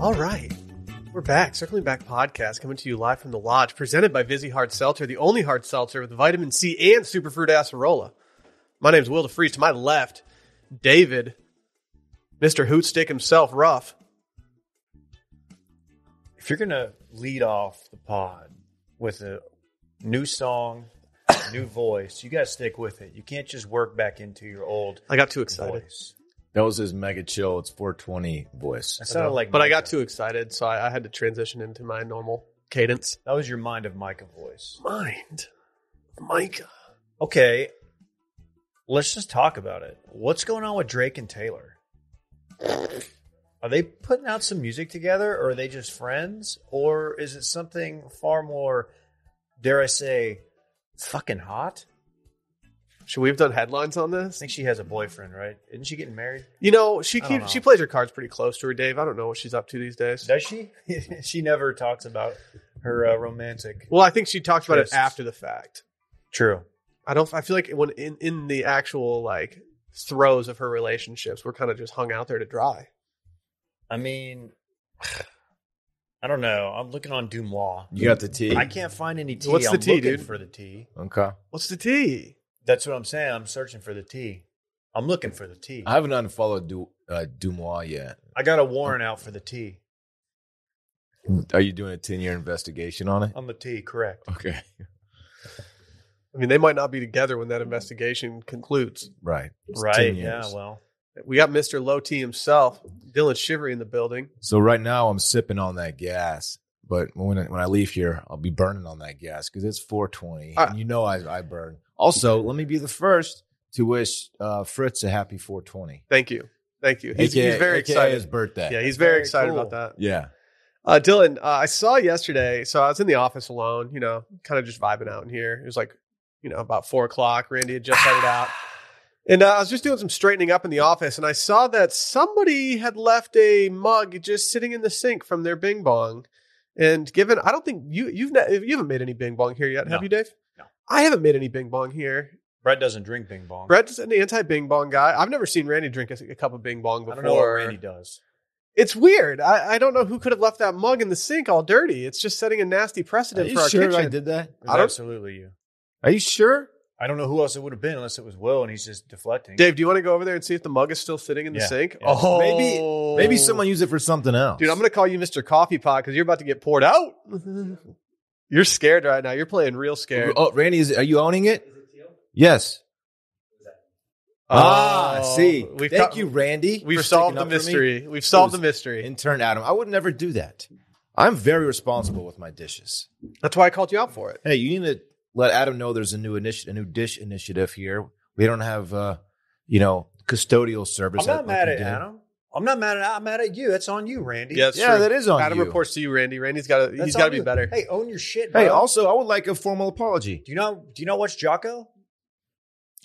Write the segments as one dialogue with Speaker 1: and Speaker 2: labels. Speaker 1: All right. We're back. Circling Back Podcast coming to you live from the lodge, presented by Vizzy Hard Seltzer, the only hard seltzer with vitamin C and superfruit acerola. My name's Will DeFreeze. To my left, David, Mr. Hootstick himself, Ruff.
Speaker 2: if you're gonna lead off the pod with a new song, new voice, you gotta stick with it. You can't just work back into your old
Speaker 1: I got too excited.
Speaker 2: voice.
Speaker 3: That was his mega chill. It's 420 voice.
Speaker 2: That sounded like,
Speaker 1: But I
Speaker 2: Micah.
Speaker 1: got too excited, so I, I had to transition into my normal cadence.
Speaker 2: That was your mind of Micah voice.
Speaker 1: Mind. Micah.
Speaker 2: Okay, let's just talk about it. What's going on with Drake and Taylor? Are they putting out some music together, or are they just friends, or is it something far more, dare I say, fucking hot?
Speaker 1: Should we have done headlines on
Speaker 2: I
Speaker 1: this?
Speaker 2: think she has a boyfriend, right? Isn't she getting married?
Speaker 1: You know, she
Speaker 2: I don't
Speaker 1: keeps
Speaker 2: know.
Speaker 1: she plays her cards pretty close to her, Dave. I don't know what she's up to these days.
Speaker 2: Does she? she never talks about her uh, romantic.
Speaker 1: Well, I think she talked about it
Speaker 2: Twists.
Speaker 1: after the fact.
Speaker 2: True.
Speaker 1: I don't. I feel like when in in the actual like throes of her relationships, we're kind of just hung out there to dry.
Speaker 2: I mean, I don't know. I'm looking on Doom Law.
Speaker 3: You got the T.
Speaker 2: I can't find any tea.
Speaker 1: What's the
Speaker 2: I'm
Speaker 1: tea,
Speaker 2: looking
Speaker 1: dude?
Speaker 2: for the tea.
Speaker 3: Okay.
Speaker 1: What's the tea?
Speaker 2: That's what I'm saying. I'm searching for the tea. I'm looking for the tea.
Speaker 3: I haven't unfollowed du- uh, Dumois yet.
Speaker 2: I got a warrant out for the tea.
Speaker 3: Are you doing a 10 year investigation on it?
Speaker 2: On the tea, correct.
Speaker 3: Okay.
Speaker 1: I mean, they might not be together when that investigation concludes.
Speaker 3: Right. It's 10
Speaker 2: Right. Yeah,
Speaker 3: years.
Speaker 2: well.
Speaker 1: We got Mister Low T himself, Dylan Shivery, in the building.
Speaker 3: So right now I'm sipping on that gas, but when I, when I leave here, I'll be burning on that gas because it's 420.
Speaker 1: Ah.
Speaker 3: and you know I, I burn. Also, let me be the first to wish uh, Fritz a happy 420.
Speaker 1: Thank you, thank you. He's,
Speaker 3: AKA
Speaker 1: he's very
Speaker 3: AKA His
Speaker 1: excited.
Speaker 3: birthday.
Speaker 1: Yeah, he's very,
Speaker 2: Very
Speaker 1: excited
Speaker 2: cool.
Speaker 1: about that.
Speaker 3: yeah.
Speaker 1: Uh, Dylan, uh, I saw yesterday. So I was in the office alone, you know, kind of just vibing out in here. It was like, you know, about four o'clock. Randy had just headed out. And uh, I was just doing some straightening up in the office. And I saw that somebody had left a mug just sitting in the sink from their bing bong. And given, I don't think you, you've ne- you haven't made any bing bong here yet, have
Speaker 2: No.
Speaker 1: you, Dave?
Speaker 2: No.
Speaker 1: I haven't made any bing bong here.
Speaker 2: Brett doesn't drink bing bong.
Speaker 1: Brett's an anti bing bong guy. I've never seen Randy drink a, a cup of bing bong
Speaker 2: I
Speaker 1: before.
Speaker 2: don't know what Randy does.
Speaker 1: It's weird. I, I don't know who could have left that mug in the sink all dirty. It's just setting a nasty
Speaker 3: Are
Speaker 1: precedent for
Speaker 3: you
Speaker 1: our
Speaker 3: sure
Speaker 1: kitchen.
Speaker 3: I did that?
Speaker 2: It's
Speaker 1: I don't-
Speaker 2: absolutely you.
Speaker 3: Are you sure?
Speaker 2: I don't know who else it would have been unless it was Will and he's just deflecting.
Speaker 1: Dave, do you want to go over there and see if the mug is still sitting in the
Speaker 2: Yeah,
Speaker 1: sink? Oh.
Speaker 2: yeah.
Speaker 3: Maybe- Maybe someone used it for something else.
Speaker 1: Dude, I'm going to call you Mr. Coffee Pot because you're about to get poured out. you're scared right now. You're playing real scared.
Speaker 3: Oh, Randy, is, are you owning it? Yes. Ah,
Speaker 1: Oh,
Speaker 3: see.
Speaker 1: we've
Speaker 3: Thank
Speaker 1: got-
Speaker 3: you, Randy.
Speaker 1: We've
Speaker 3: for
Speaker 1: solved
Speaker 3: sticking
Speaker 1: the
Speaker 3: up for me.
Speaker 1: mystery. We've solved the
Speaker 3: was
Speaker 1: mystery.
Speaker 3: Intern Adam, I would never do that. I'm very responsible with my dishes.
Speaker 1: That's why I called you out for it.
Speaker 3: Hey, you need to let Adam know there's a new initi- a new dish initiative here. We don't have, uh, you know, custodial service.
Speaker 2: I'm not
Speaker 3: like
Speaker 2: mad
Speaker 3: we
Speaker 2: at
Speaker 3: do.
Speaker 2: Adam. I'm not mad at I'm mad at you. That's on you, Randy.
Speaker 1: Yeah, that's
Speaker 3: Yeah,
Speaker 1: true.
Speaker 3: that is on
Speaker 1: Adam
Speaker 3: you.
Speaker 1: reports to you, Randy. Randy's got to.
Speaker 2: That's
Speaker 1: He's got to
Speaker 2: on
Speaker 1: be
Speaker 2: you.
Speaker 1: better.
Speaker 2: Hey, own your shit, bro.
Speaker 3: Hey, also, I would like a formal apology.
Speaker 2: do you know do you know what's Jocko?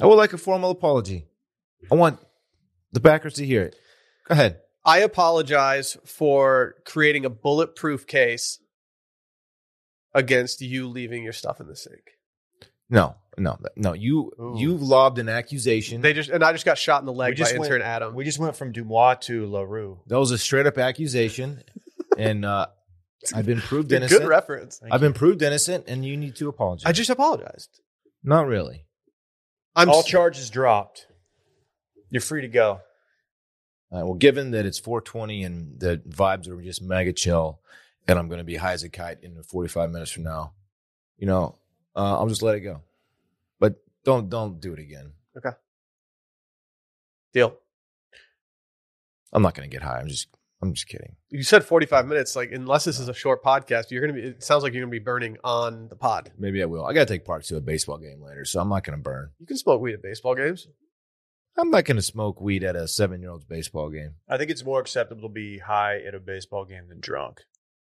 Speaker 3: I would like a formal apology. I want the backers to hear it. Go ahead.
Speaker 1: I apologize for creating a bulletproof case against you leaving your stuff in the sink.
Speaker 3: No, no, no. You
Speaker 2: Ooh.
Speaker 3: you lobbed an accusation.
Speaker 1: They just and I just got shot in the
Speaker 2: We
Speaker 1: leg by
Speaker 2: just went-
Speaker 1: intern Adam.
Speaker 2: We just went from Dumois to LaRue.
Speaker 3: that was a straight up accusation, and uh, I've been proved
Speaker 1: Dude,
Speaker 3: innocent.
Speaker 1: good reference.
Speaker 2: Thank
Speaker 3: I've
Speaker 2: you.
Speaker 3: been proved innocent, and you need to apologize.
Speaker 1: I just apologized.
Speaker 3: not really.
Speaker 1: I'm
Speaker 2: all
Speaker 1: s-
Speaker 2: charges dropped. You're free to go.
Speaker 3: Uh, well, given that it's 420 and the vibes are just mega chill, and I'm going to be high as a kite in 45 minutes from now, you know, uh, I'll just let it go. But don't don't do it again.
Speaker 1: deal.
Speaker 3: I'm not going to get high. I'm just I'm just kidding.
Speaker 1: You said 45 minutes. Like unless this is a short podcast, you're gonna be. It sounds like you're gonna be burning on the pod.
Speaker 3: Maybe I will. I got to take part to a baseball game later, so I'm not going to burn.
Speaker 1: You can smoke weed at baseball games.
Speaker 3: I'm not going to smoke weed at a seven year old's baseball game.
Speaker 2: I think it's more acceptable to be high at a baseball game than drunk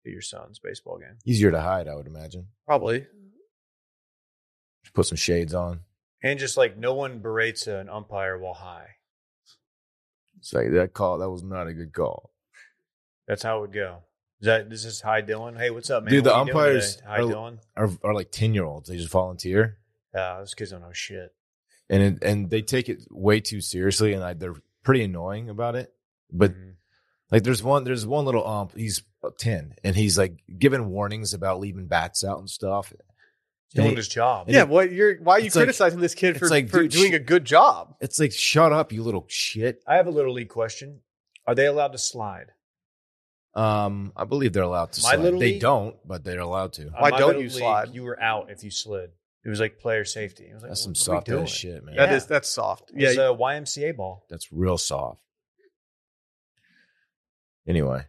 Speaker 2: at your son's baseball game.
Speaker 3: Easier to hide, I would imagine.
Speaker 1: Probably.
Speaker 3: Just put some shades on.
Speaker 2: And just like no one berates an umpire while high.
Speaker 3: It's like that call. That was not a good call.
Speaker 2: That's how it would go. Is that this is hi Dylan? Hey, what's up, man?
Speaker 3: Dude, the
Speaker 2: What you doing
Speaker 3: umpires
Speaker 2: today? Hi
Speaker 3: are-
Speaker 2: Dylan.
Speaker 3: Are are like ten year olds? They just volunteer.
Speaker 2: Uh, those kids don't know shit.
Speaker 3: and it, and they take it way too seriously, and I, they're pretty annoying about it. But
Speaker 2: Mhm.
Speaker 3: Like there's one there's one little ump, he's ten, and he's like giving warnings about leaving bats out and stuff. And
Speaker 2: doing
Speaker 3: he-
Speaker 2: his job.
Speaker 3: And
Speaker 1: yeah, what you're why are you
Speaker 3: it's like-
Speaker 1: criticizing this kid
Speaker 3: it's
Speaker 1: for,
Speaker 3: like,
Speaker 1: for
Speaker 3: dude,
Speaker 1: doing
Speaker 3: sh-
Speaker 1: a good job?
Speaker 3: it's like, shut up, you little shit.
Speaker 2: I have a little league question. Are they allowed to slide?
Speaker 3: Um, I believe they're allowed to
Speaker 2: My
Speaker 3: slide.
Speaker 2: little
Speaker 3: They
Speaker 2: league- Uh,
Speaker 3: don't, but they're allowed to.
Speaker 2: On
Speaker 1: Why
Speaker 2: my
Speaker 1: don't
Speaker 2: little
Speaker 1: you slide?
Speaker 2: You were out if you slid. It was like player safety. I was like,
Speaker 3: That's some
Speaker 2: what are we
Speaker 3: soft
Speaker 2: doing?
Speaker 3: ass shit, man.
Speaker 1: That
Speaker 2: Yeah.
Speaker 1: is that's soft.
Speaker 2: It
Speaker 1: Yeah,
Speaker 2: was a YMCA ball.
Speaker 3: That's real soft. Anyway,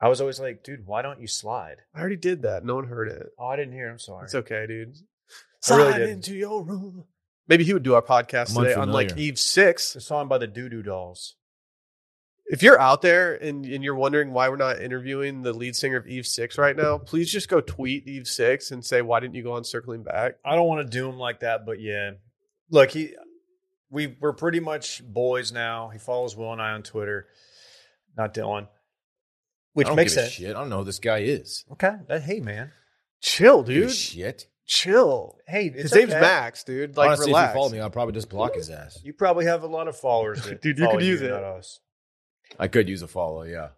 Speaker 2: I was always like, dude, why don't you slide?
Speaker 1: I already did that. No one heard it.
Speaker 2: Oh, I didn't hear. I'm sorry.
Speaker 1: It's okay, dude.
Speaker 2: I really
Speaker 1: Slide
Speaker 2: didn't.
Speaker 1: into your room. Maybe he would do our podcast
Speaker 3: I'm
Speaker 1: today,
Speaker 3: unfamiliar.
Speaker 1: unlike Eve Six.
Speaker 2: It's a song by the Doo Doo Dolls.
Speaker 1: If you're out there and, and you're wondering why we're not interviewing the lead singer of Eve Six right now, please just go tweet Eve Six and say why didn't you go on Circling Back?
Speaker 2: I don't want to do him like that, but yeah. Look, he we we're pretty much boys now. He follows Will and I on Twitter, not Dylan, which
Speaker 3: I don't
Speaker 2: makes
Speaker 3: give a
Speaker 2: sense.
Speaker 3: shit. I don't know who this guy is.
Speaker 2: Okay, that hey man,
Speaker 1: Chill,
Speaker 3: Give a
Speaker 1: dude.
Speaker 3: shit.
Speaker 1: Chill.
Speaker 2: hey,
Speaker 1: His
Speaker 2: it's
Speaker 1: name's
Speaker 2: okay.
Speaker 1: Max, dude. Like
Speaker 3: Honestly,
Speaker 1: relax.
Speaker 3: if you follow me, I'll probably just block his ass.
Speaker 2: You probably have a lot of followers, that
Speaker 1: Dude, you
Speaker 2: follow
Speaker 1: could use it.
Speaker 2: not us.
Speaker 3: I could use a follow. Yeah,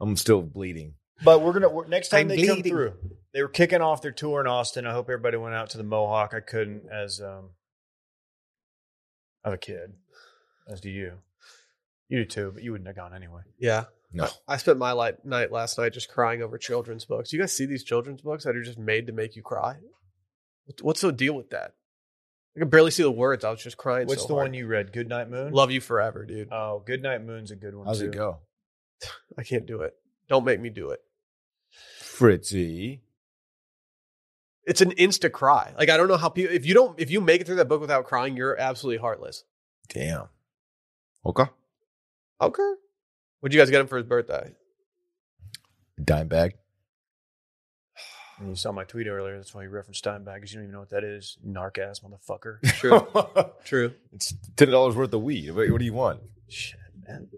Speaker 3: I'm still bleeding.
Speaker 2: But we're gonna we're, next time
Speaker 3: I'm
Speaker 2: they come
Speaker 3: bleeding.
Speaker 2: through. They were kicking off their tour in Austin. I hope everybody went out to the Mohawk. I couldn't, as um, I have a kid, as do you. You do too, but you wouldn't have gone anyway.
Speaker 1: Yeah.
Speaker 3: No.
Speaker 1: I spent my light, night last night just crying over children's books. You guys see these children's books that are just made to make you cry? What- What's the deal with that? I could barely see the words. I was just crying.
Speaker 2: What's
Speaker 1: so
Speaker 2: the
Speaker 1: hard.
Speaker 2: one you read? Good Night Moon.
Speaker 1: Love you forever, dude.
Speaker 2: Oh, Good Night Moon's a good one.
Speaker 3: How's
Speaker 2: too.
Speaker 3: it go,
Speaker 1: I can't do it. Don't make me do it.
Speaker 3: Fritzy?
Speaker 1: It's an insta cry. Like I don't know how people. If you don't, if you make it through that book without crying, you're absolutely heartless.
Speaker 3: Damn. Okay.
Speaker 1: Okay. What'd you guys get him for his birthday?
Speaker 3: Dime bag.
Speaker 2: And you saw my tweet earlier. That's why you referenced Steinbeck because you don't even know what that is. Narc ass motherfucker.
Speaker 1: True. True.
Speaker 3: it's ten dollars worth of weed. What, what do you want?
Speaker 2: Shit, man.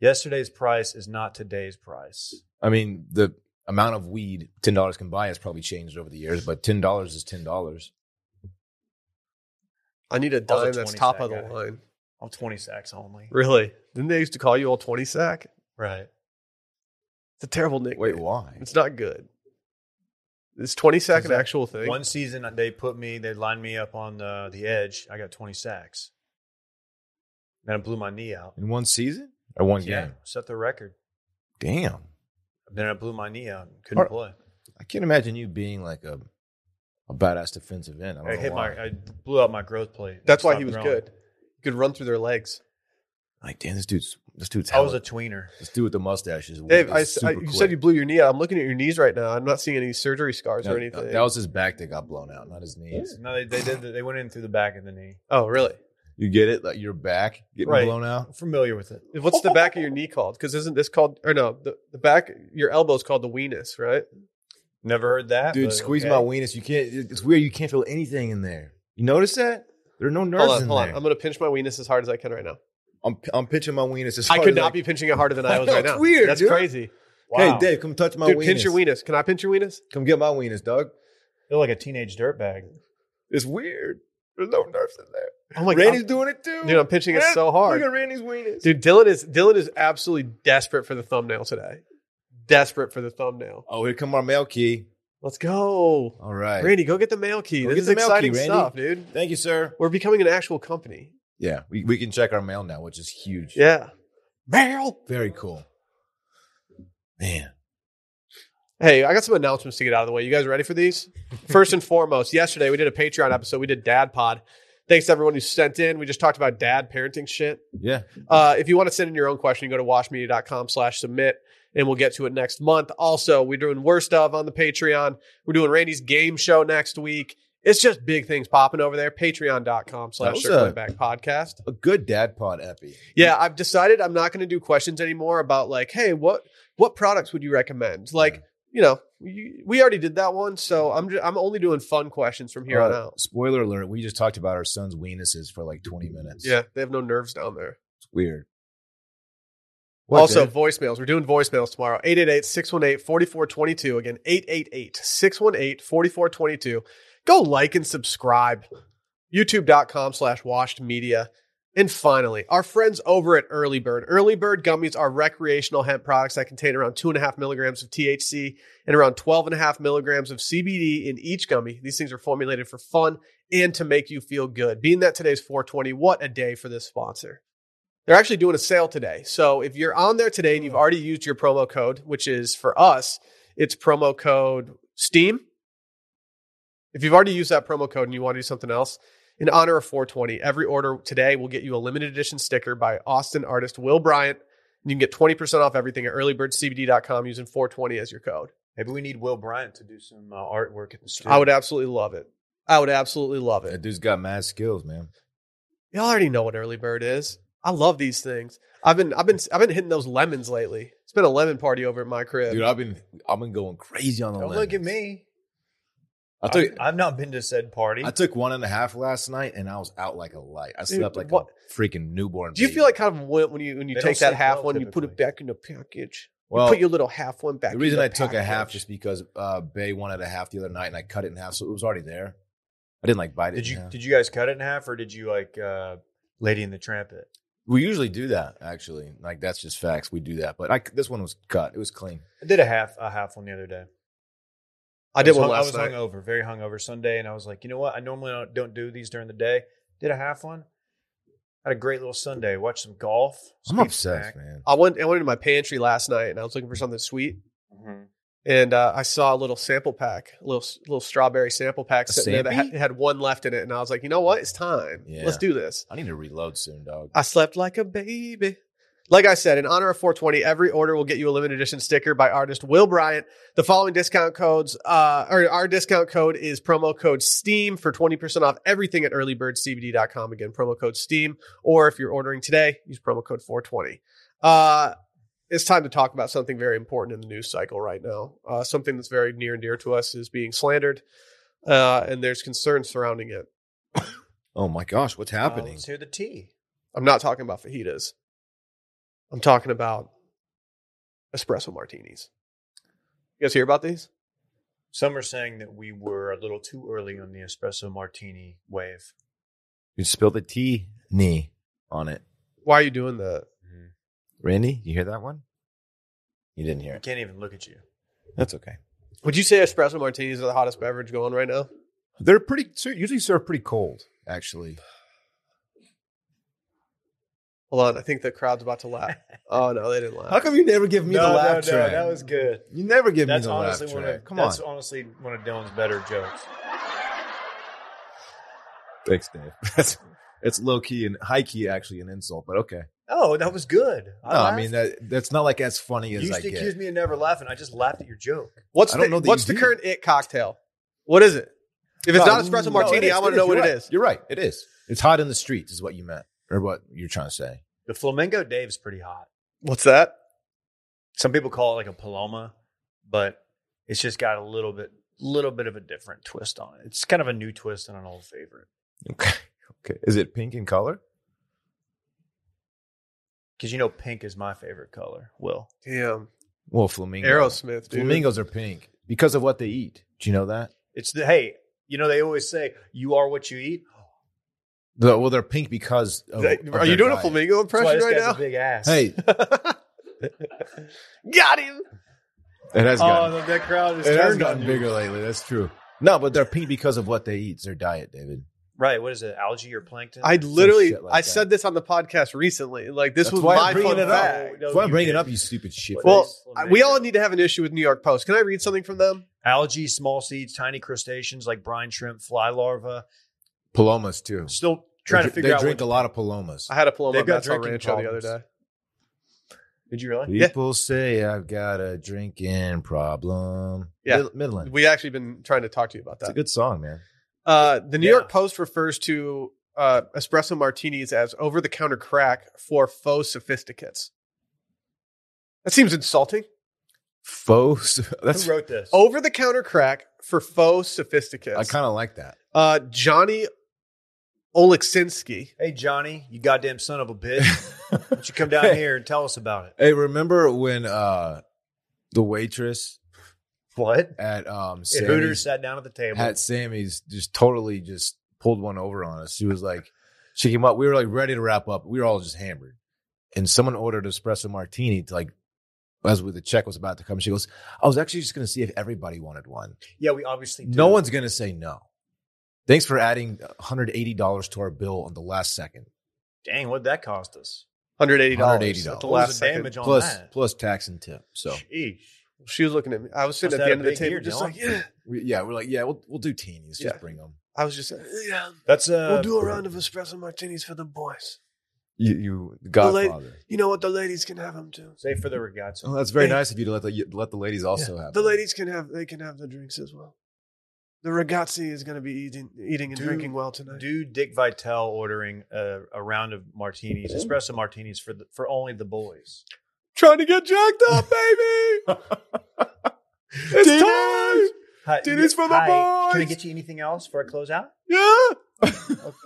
Speaker 2: Yesterday's price is not today's price.
Speaker 3: I mean, the amount of weed ten dollars can buy has probably changed over the years, but ten dollars is ten dollars.
Speaker 1: I need a
Speaker 2: was a
Speaker 1: dime that's
Speaker 2: 20
Speaker 1: top
Speaker 2: sack
Speaker 1: of the
Speaker 2: guy.
Speaker 1: line.
Speaker 2: I'm 20 sacks only.
Speaker 1: Really? Didn't they used to call you old twenty sack?
Speaker 2: Right.
Speaker 1: It's a terrible nickname.
Speaker 3: Wait, why?
Speaker 1: It's not good. It's 20 sack
Speaker 2: Is
Speaker 1: an
Speaker 2: that
Speaker 1: actual thing.
Speaker 2: One season uh, they put me, they lined me up on the, the edge. I got 20 sacks. Then I blew my knee out.
Speaker 3: In one season or one
Speaker 2: Yeah,
Speaker 3: game?
Speaker 2: set the record.
Speaker 3: Damn.
Speaker 2: Then I blew my knee out. and Couldn't
Speaker 3: Or-
Speaker 2: play.
Speaker 3: I can't imagine you being like a a badass defensive end. I don't
Speaker 2: I
Speaker 3: know
Speaker 2: hit
Speaker 3: why.
Speaker 2: my, I blew out my growth plate.
Speaker 1: That's why
Speaker 2: Stopped
Speaker 1: he was
Speaker 2: growing.
Speaker 1: good. He could run through their legs.
Speaker 3: like, damn, this dude's this dude's.
Speaker 2: I was a
Speaker 3: hella-
Speaker 2: tweener.
Speaker 3: this dude with the mustache is.
Speaker 1: Dave,
Speaker 3: is
Speaker 1: I, I-
Speaker 3: super
Speaker 1: you
Speaker 3: quick.
Speaker 1: said you blew your knee out. I'm looking at your knees right now. I'm not seeing any surgery scars
Speaker 3: No,
Speaker 1: or anything.
Speaker 3: That was his back that got blown out, not his knees.
Speaker 2: No, they, they did. They went in through the back of the knee.
Speaker 1: oh, really?
Speaker 3: You get it? Like your back getting
Speaker 2: Right.
Speaker 3: blown out?
Speaker 2: I'm familiar with it.
Speaker 1: What's the back of your knee called? Because isn't this called, or no, the, the back, your elbow's called the weenus, right?
Speaker 2: Never heard that.
Speaker 3: Dude,
Speaker 2: but
Speaker 3: squeeze
Speaker 2: okay.
Speaker 3: my weenus. You can't. it- It's weird. You can't feel anything in there. You notice that? There are no nerves
Speaker 1: Hold on,
Speaker 3: in
Speaker 1: hold on.
Speaker 3: there.
Speaker 1: I'm going to pinch my weenus as hard as I can right now.
Speaker 3: I'm, I'm pitching my weenus. As
Speaker 1: I
Speaker 3: hard
Speaker 1: could
Speaker 3: as
Speaker 1: not be pinching it harder than I was right
Speaker 3: That's
Speaker 1: now.
Speaker 3: weird,
Speaker 1: That's
Speaker 3: dude.
Speaker 1: crazy.
Speaker 2: Wow.
Speaker 3: Hey, Dave, come touch my
Speaker 1: Dude,
Speaker 3: weenus.
Speaker 1: pinch your weenus. Can I pinch your weenus?
Speaker 3: Come get my weenus, dog.
Speaker 2: Feel like a teenage dirtbag.
Speaker 3: It's weird. There's no nerves in there.
Speaker 1: Oh my
Speaker 3: Randy's
Speaker 1: god.
Speaker 3: doing it too.
Speaker 1: Dude, I'm pinching it so hard.
Speaker 3: Look at Randy's weenus.
Speaker 1: Dude, Dylan is Dylan is absolutely desperate for the thumbnail today. Desperate for the thumbnail.
Speaker 3: Oh, here come our mail key.
Speaker 1: Let's go.
Speaker 3: All right.
Speaker 1: Randy, go get the mail key.
Speaker 3: Go
Speaker 1: this
Speaker 3: get
Speaker 1: is
Speaker 3: the mail key,
Speaker 1: exciting
Speaker 3: Randy.
Speaker 1: stuff, dude.
Speaker 3: Thank you, sir.
Speaker 1: We're becoming an actual company.
Speaker 3: Yeah, we, we can check our mail now, which is huge.
Speaker 1: Yeah. Mail.
Speaker 3: Very cool. Man.
Speaker 1: Hey, I got some announcements to get out of the way. You guys ready for these? First and foremost, yesterday we did a Patreon episode. We did Dad Pod. Thanks to everyone who sent in. We just talked about dad parenting shit.
Speaker 3: Yeah.
Speaker 1: Uh, if you want to send in your own question, you go to washmedia.com slash submit and we'll get to it next month. Also, we're doing worst of on the Patreon. We're doing Randy's game show next week. It's just big things popping over there. Patreon.com slash
Speaker 3: was
Speaker 1: circling
Speaker 3: a-
Speaker 1: back podcast.
Speaker 3: A good dad pod epi.
Speaker 1: Yeah, I've decided I'm not going to do questions anymore about like, hey, what what products would you recommend? Like,
Speaker 3: Yeah.
Speaker 1: you know, we, we already did that one, so I'm ju- I'm only doing fun questions from here on
Speaker 3: Uh,
Speaker 1: out.
Speaker 3: Spoiler alert, we just talked about our son's weenuses for like 20 minutes.
Speaker 1: Yeah, they have no nerves down there.
Speaker 3: It's weird.
Speaker 1: also,
Speaker 3: Dave?
Speaker 1: voicemails. We're doing voicemails tomorrow. 888 618 4422. Again, 888 618 4422. Go like and subscribe. YouTube.com slash washed media. And finally, our friends over at Early Bird. Early Bird gummies are recreational hemp products that contain around 2.5 milligrams of THC and around 12.5 milligrams of CBD in each gummy. These things are formulated for fun and to make you feel good. Being that today's 420, what a day for this sponsor. They're actually doing a sale today. So if you're on there today and you've already used your promo code, which is for us, it's promo code STEAM. If you've already used that promo code and you want to do something else, in honor of 420, every order today will get you a limited edition sticker by Austin artist Will Bryant. And you can get 20% off everything at earlybirdcbd.com using 420 as your code.
Speaker 2: Maybe we need Will Bryant to do some uh, artwork at the studio.
Speaker 1: I would absolutely love it. I would absolutely love
Speaker 3: That
Speaker 1: it.
Speaker 3: dude's got mad skills, man.
Speaker 1: Y'all already know what early bird is. I love these things. I've been I've been I've been hitting those lemons lately. It's been a lemon party over at my crib.
Speaker 3: Dude, I've been I've been going crazy on the
Speaker 2: Don't
Speaker 3: lemons.
Speaker 2: look at me.
Speaker 3: I took
Speaker 2: I've, I've not been to said party.
Speaker 3: I took one and a half last night, and I was out like a light. I
Speaker 1: Dude,
Speaker 3: slept like
Speaker 1: what-
Speaker 3: a freaking newborn.
Speaker 1: Do you
Speaker 3: baby.
Speaker 1: feel like kind of when when you when you
Speaker 2: They
Speaker 1: take
Speaker 2: don't
Speaker 1: that
Speaker 2: sleep
Speaker 1: half
Speaker 2: well
Speaker 1: one, you put it
Speaker 2: typically.
Speaker 1: back in the package?
Speaker 3: Well,
Speaker 1: you put your little half one back.
Speaker 3: the reason
Speaker 1: in
Speaker 3: I took a half
Speaker 1: package.
Speaker 3: just because uh, Bay wanted a half the other night, and I cut it in half, so it was already there. I didn't like bite it.
Speaker 2: did
Speaker 3: in
Speaker 2: you
Speaker 3: half.
Speaker 2: did you guys cut it in half or did you like uh, Lady in the Trampet?
Speaker 3: we usually do that actually. Like that's just facts. We do that, but I, this one was cut. It was clean.
Speaker 2: I did a half a half one the other day.
Speaker 1: I did
Speaker 2: was
Speaker 1: one
Speaker 2: hung-
Speaker 1: last
Speaker 2: I was
Speaker 1: night.
Speaker 2: hungover, very hungover Sunday, and I was like, you know what? I normally don't, don't do these during the day. Did a half one. Had a great little Sunday. Watched some golf.
Speaker 3: I'm obsessed, man.
Speaker 1: I went I went into my pantry last night and I was looking for something sweet,
Speaker 2: Mm-hmm.
Speaker 1: and uh, I saw a little sample pack, a little little strawberry sample pack
Speaker 3: A
Speaker 1: sitting there that
Speaker 3: sampy?
Speaker 1: had, it had one left in it, and I was like, you know what? It's time.
Speaker 3: Yeah.
Speaker 1: Let's do this.
Speaker 3: I need to reload soon, dog.
Speaker 1: I slept like a baby. Like I said, in honor of 420, every order will get you a limited edition sticker by artist Will Bryant. The following discount codes, uh, or our discount code is promo code STEAM for 20% off everything at earlybirdcbd.com. Again, promo code STEAM. Or if you're ordering today, use promo code 420. Uh, it's time to talk about something very important in the news cycle right now. Uh, something that's very near and dear to us is being slandered, uh, and there's concerns surrounding it.
Speaker 3: Oh my gosh, what's happening?
Speaker 2: let's hear the tea.
Speaker 1: I'm not talking about fajitas. I'm talking about espresso martinis. You guys hear about these?
Speaker 2: Some are saying that we were a little too early on the espresso martini wave.
Speaker 3: you spilled the tea knee on it.
Speaker 1: Why are you doing that?
Speaker 3: Mm-hmm. Randy, you hear that one? You didn't hear
Speaker 2: I
Speaker 3: it.
Speaker 2: can't even look at you.
Speaker 3: That's okay.
Speaker 1: Would you say espresso martinis are the hottest beverage going right now?
Speaker 3: They're pretty ser- usually served pretty cold, actually.
Speaker 1: Hold on, I think the crowd's about to laugh. Oh no, they didn't
Speaker 3: How
Speaker 1: laugh.
Speaker 3: come you never give me
Speaker 2: no,
Speaker 3: the laugh
Speaker 2: no,
Speaker 3: track?
Speaker 2: no, that was good.
Speaker 3: you never give
Speaker 2: That's
Speaker 3: me the laugh
Speaker 2: honestly
Speaker 3: track.
Speaker 2: one of
Speaker 3: Come
Speaker 2: that's
Speaker 3: on,
Speaker 2: honestly one of Dylan's better jokes.
Speaker 3: thanks, Dave. That's it's low key and high key actually an insult, but okay.
Speaker 2: Oh, that was good.
Speaker 3: No, I mean that that's not like as funny
Speaker 2: you
Speaker 3: as
Speaker 2: used
Speaker 3: I
Speaker 2: to
Speaker 3: get.
Speaker 2: accuse me of never laughing. I just laughed at your joke.
Speaker 1: What's
Speaker 3: I don't
Speaker 1: the,
Speaker 3: know that
Speaker 1: what's
Speaker 3: you
Speaker 1: the
Speaker 3: do.
Speaker 1: current it cocktail? What is it? If it's
Speaker 3: No,
Speaker 1: not espresso
Speaker 3: no,
Speaker 1: martini,
Speaker 3: it is,
Speaker 1: I want to
Speaker 3: is.
Speaker 1: know what
Speaker 3: You're
Speaker 1: it
Speaker 3: right.
Speaker 1: is.
Speaker 3: You're right. It is. It's hot in the streets, is what you meant, or what you're trying to say.
Speaker 2: The flamingo Dave's pretty hot.
Speaker 1: What's that?
Speaker 2: Some people call it like a paloma, but it's just got a little bit, little bit of a different twist on it. It's kind of a new twist and an old favorite.
Speaker 3: Okay. Okay. Is it pink in color?
Speaker 2: Because you know, pink is my favorite color. Will
Speaker 1: Damn,
Speaker 3: Well, flamingo.
Speaker 1: Aerosmith, dude.
Speaker 3: Flamingos are pink because of what they eat. Do you know that?
Speaker 2: it's the hey. You know, they always say you are what you eat.
Speaker 3: The- well, they're pink because. Of,
Speaker 1: They-
Speaker 3: of
Speaker 1: are you
Speaker 3: their
Speaker 1: doing a
Speaker 3: diet.
Speaker 1: flamingo
Speaker 2: That's why
Speaker 1: impression
Speaker 2: this
Speaker 1: right
Speaker 2: guy's
Speaker 1: now?
Speaker 2: a big ass.
Speaker 3: Hey,
Speaker 1: Got him.
Speaker 3: it has
Speaker 2: oh,
Speaker 3: gotten,
Speaker 2: no, that crowd is
Speaker 3: it has
Speaker 2: turned
Speaker 3: gotten
Speaker 2: on you.
Speaker 3: bigger lately. That's true. No, but they're pink because of what they eat. It's their diet, David.
Speaker 2: Right? What is it? Algae or plankton?
Speaker 1: I literally,
Speaker 3: shit like
Speaker 1: I
Speaker 3: that.
Speaker 1: said this on the podcast recently. Like this
Speaker 3: That's
Speaker 1: was
Speaker 3: why I'm
Speaker 1: my
Speaker 3: bringing
Speaker 1: fun
Speaker 3: it up.
Speaker 1: fact.
Speaker 2: No,
Speaker 3: That's why I
Speaker 2: you
Speaker 3: bring it
Speaker 2: didn't.
Speaker 3: up, you stupid shit.
Speaker 2: What
Speaker 1: Well,
Speaker 2: is
Speaker 1: I-
Speaker 2: flamingo?
Speaker 1: we all need to have an issue with New York Post. Can I read something from them?
Speaker 2: algae, small seeds, tiny crustaceans like brine shrimp, fly larvae.
Speaker 3: palomas too.
Speaker 2: Still trying
Speaker 3: They-
Speaker 2: to figure
Speaker 3: they
Speaker 2: out.
Speaker 3: drink
Speaker 2: what,
Speaker 3: a lot of palomas.
Speaker 1: I had a Paloma
Speaker 2: They've got
Speaker 1: Mezcal
Speaker 2: drinking
Speaker 1: Rancho the other
Speaker 2: problems.
Speaker 1: day.
Speaker 2: did you really?
Speaker 1: Yeah.
Speaker 3: People say I've got a drinking problem.
Speaker 1: Yeah.
Speaker 3: Mid- Midland.
Speaker 1: We actually been trying to talk to you about
Speaker 3: it's a
Speaker 1: that.
Speaker 3: good song, man.
Speaker 1: Uh, the New
Speaker 2: Yeah.
Speaker 1: York Post refers to uh, espresso martinis as over-the-counter crack for faux sophisticates. That seems insulting.
Speaker 3: Faux. That's.
Speaker 2: Who wrote this?
Speaker 3: Oh.
Speaker 1: Over-the-counter crack for faux sophisticates.
Speaker 3: I kind of like that.
Speaker 1: uh, Johnny Oleksinski.
Speaker 2: Hey Johnny, you goddamn son of a bitch! Why don't you come down
Speaker 3: Hey.
Speaker 2: here and tell us about it?
Speaker 3: Hey, remember when uh the waitress
Speaker 2: What?
Speaker 3: at um
Speaker 2: Hooters
Speaker 3: Sammy's,
Speaker 2: sat down at the table.
Speaker 3: at Sammy's just totally just pulled one over on us. She was like, She came up. We were like ready to wrap up. We were all just hammered. And someone ordered an espresso martini to like, as with the check was about to come, she goes, I was actually just going to see if everybody wanted one.
Speaker 2: Yeah, we obviously do.
Speaker 3: No one's going to say no. Thanks for adding $180 to our bill on the last second.
Speaker 2: Dang, what'd that cost us?
Speaker 1: Hundred eighty dollars.
Speaker 3: $180.
Speaker 1: The
Speaker 2: What was
Speaker 1: last
Speaker 2: the
Speaker 1: second.
Speaker 2: damage on
Speaker 3: Plus,
Speaker 2: that?
Speaker 3: plus tax and tip. So,
Speaker 2: Sheesh.
Speaker 1: She was looking at me. I was sitting
Speaker 2: Must
Speaker 1: at the
Speaker 2: have
Speaker 1: end
Speaker 2: a
Speaker 1: of the
Speaker 2: big
Speaker 1: table,
Speaker 2: ear,
Speaker 1: just
Speaker 2: Dylan.
Speaker 1: like yeah.
Speaker 3: we, yeah, we're like, yeah, we'll, we'll do teenies.
Speaker 1: Yeah.
Speaker 3: Just bring them.
Speaker 1: I was just yeah.
Speaker 2: That's uh,
Speaker 1: We'll do a round of espresso martinis for the boys.
Speaker 3: You, you the
Speaker 1: The lady-
Speaker 3: Godfather.
Speaker 1: You know what? The ladies can have them too.
Speaker 2: Say for the regatta.
Speaker 3: Oh, that's very
Speaker 1: Hey.
Speaker 3: nice of you to let the you- let the ladies also have
Speaker 1: The
Speaker 3: it.
Speaker 1: ladies can have they can have the drinks as well. The ragazzi is going to be eating eating and
Speaker 2: Do-
Speaker 1: drinking well tonight.
Speaker 2: Do Dick Vitale ordering a, a round of martinis, espresso martinis for the, for only the boys?
Speaker 1: Trying to get jacked up, baby. it's time.
Speaker 2: Hi,
Speaker 1: Titties for the
Speaker 2: hi, Can I
Speaker 1: boys!
Speaker 2: get you anything else before I close out?
Speaker 1: Yeah,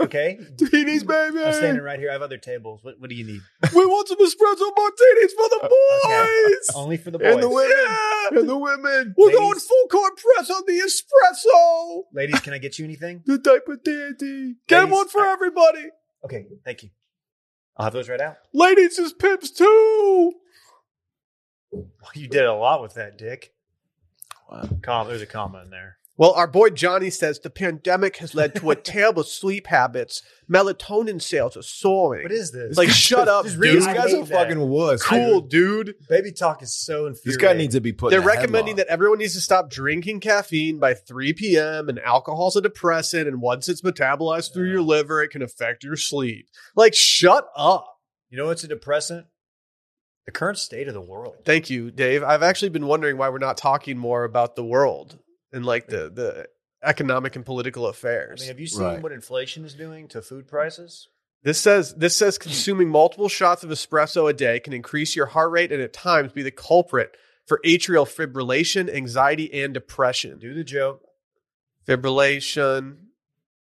Speaker 2: Okay.
Speaker 1: teenies,
Speaker 2: I'm standing
Speaker 1: baby.
Speaker 2: right here. I have other tables. What, what do you need?
Speaker 1: We want some espresso martinis for the boys
Speaker 2: Only for the Oh, boys.
Speaker 1: and the women. And the women. We're going
Speaker 2: Ladies.
Speaker 1: full court press on the espresso.
Speaker 2: Ladies, can I get you anything?
Speaker 1: The type of deity. Get
Speaker 2: Ladies,
Speaker 1: one for
Speaker 2: I-
Speaker 1: everybody.
Speaker 2: Okay, thank you. I'll have those right out.
Speaker 1: Ladies is pimps too.
Speaker 2: You did a lot with that, Dick.
Speaker 3: Wow.
Speaker 2: Com- there's a comma in there.
Speaker 1: Well, our boy Johnny says the pandemic has led to a terrible sleep habits. Melatonin sales are soaring.
Speaker 2: What is this?
Speaker 1: It's like, shut up,
Speaker 2: Just read
Speaker 1: dude.
Speaker 3: These
Speaker 2: I
Speaker 3: guys
Speaker 2: hate
Speaker 3: are
Speaker 2: that.
Speaker 3: fucking wuss.
Speaker 1: Cool,
Speaker 3: dude.
Speaker 1: dude.
Speaker 2: baby talk is so infuriating.
Speaker 3: This guy needs to be put.
Speaker 1: They're
Speaker 3: in a
Speaker 1: recommending
Speaker 3: headlock.
Speaker 1: that everyone needs to stop drinking caffeine by 3 p.m. and alcohol's a depressant, and once it's metabolized through
Speaker 2: Yeah.
Speaker 1: your liver, it can affect your sleep. Like, shut up.
Speaker 2: You know what's a depressant? The current state of the world.
Speaker 1: Thank you, Dave. I've actually been wondering why we're not talking more about the world and like the the economic and political
Speaker 2: I
Speaker 1: affairs.
Speaker 2: mean, have you seen
Speaker 3: Right.
Speaker 2: what inflation is doing to food prices?
Speaker 1: This says this says consuming multiple shots of espresso a day can increase your heart rate and at times be the culprit for atrial fibrillation, anxiety, and depression.
Speaker 2: Do the joke.
Speaker 1: Fibrillation,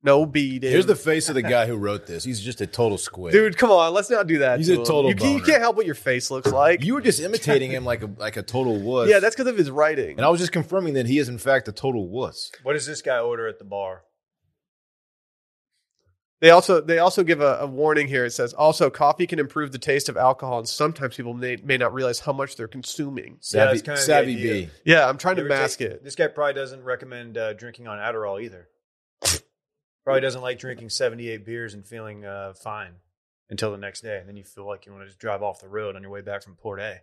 Speaker 1: no beating.
Speaker 3: Here's the face of the guy who wrote this. He's just a total squid,
Speaker 1: dude. Come on, let's not do that.
Speaker 3: He's
Speaker 1: to
Speaker 3: a
Speaker 1: him.
Speaker 3: total
Speaker 1: You, can't- you
Speaker 3: boner.
Speaker 1: can't help what your face looks like.
Speaker 3: You were just imitating him like a like a total wuss.
Speaker 1: yeah, that's because of his writing.
Speaker 3: And I was just confirming that he is in fact a total wuss.
Speaker 2: What does this guy order at the bar?
Speaker 1: They also they also give a, a warning here. It says also coffee can improve the taste of alcohol, and sometimes people may, may not realize how much they're consuming.
Speaker 2: Yeah,
Speaker 3: Savvy,
Speaker 2: that's kinda the
Speaker 3: savvy
Speaker 2: idea.
Speaker 3: B.
Speaker 1: Yeah, I'm trying
Speaker 2: You
Speaker 1: to
Speaker 2: ever
Speaker 1: mask
Speaker 2: take-
Speaker 1: it.
Speaker 2: This guy probably doesn't recommend uh, drinking on Adderall either. probably doesn't like drinking 78 beers and feeling uh, fine until the next day. And then you feel like you want to just drive off the road on your way back from Port A.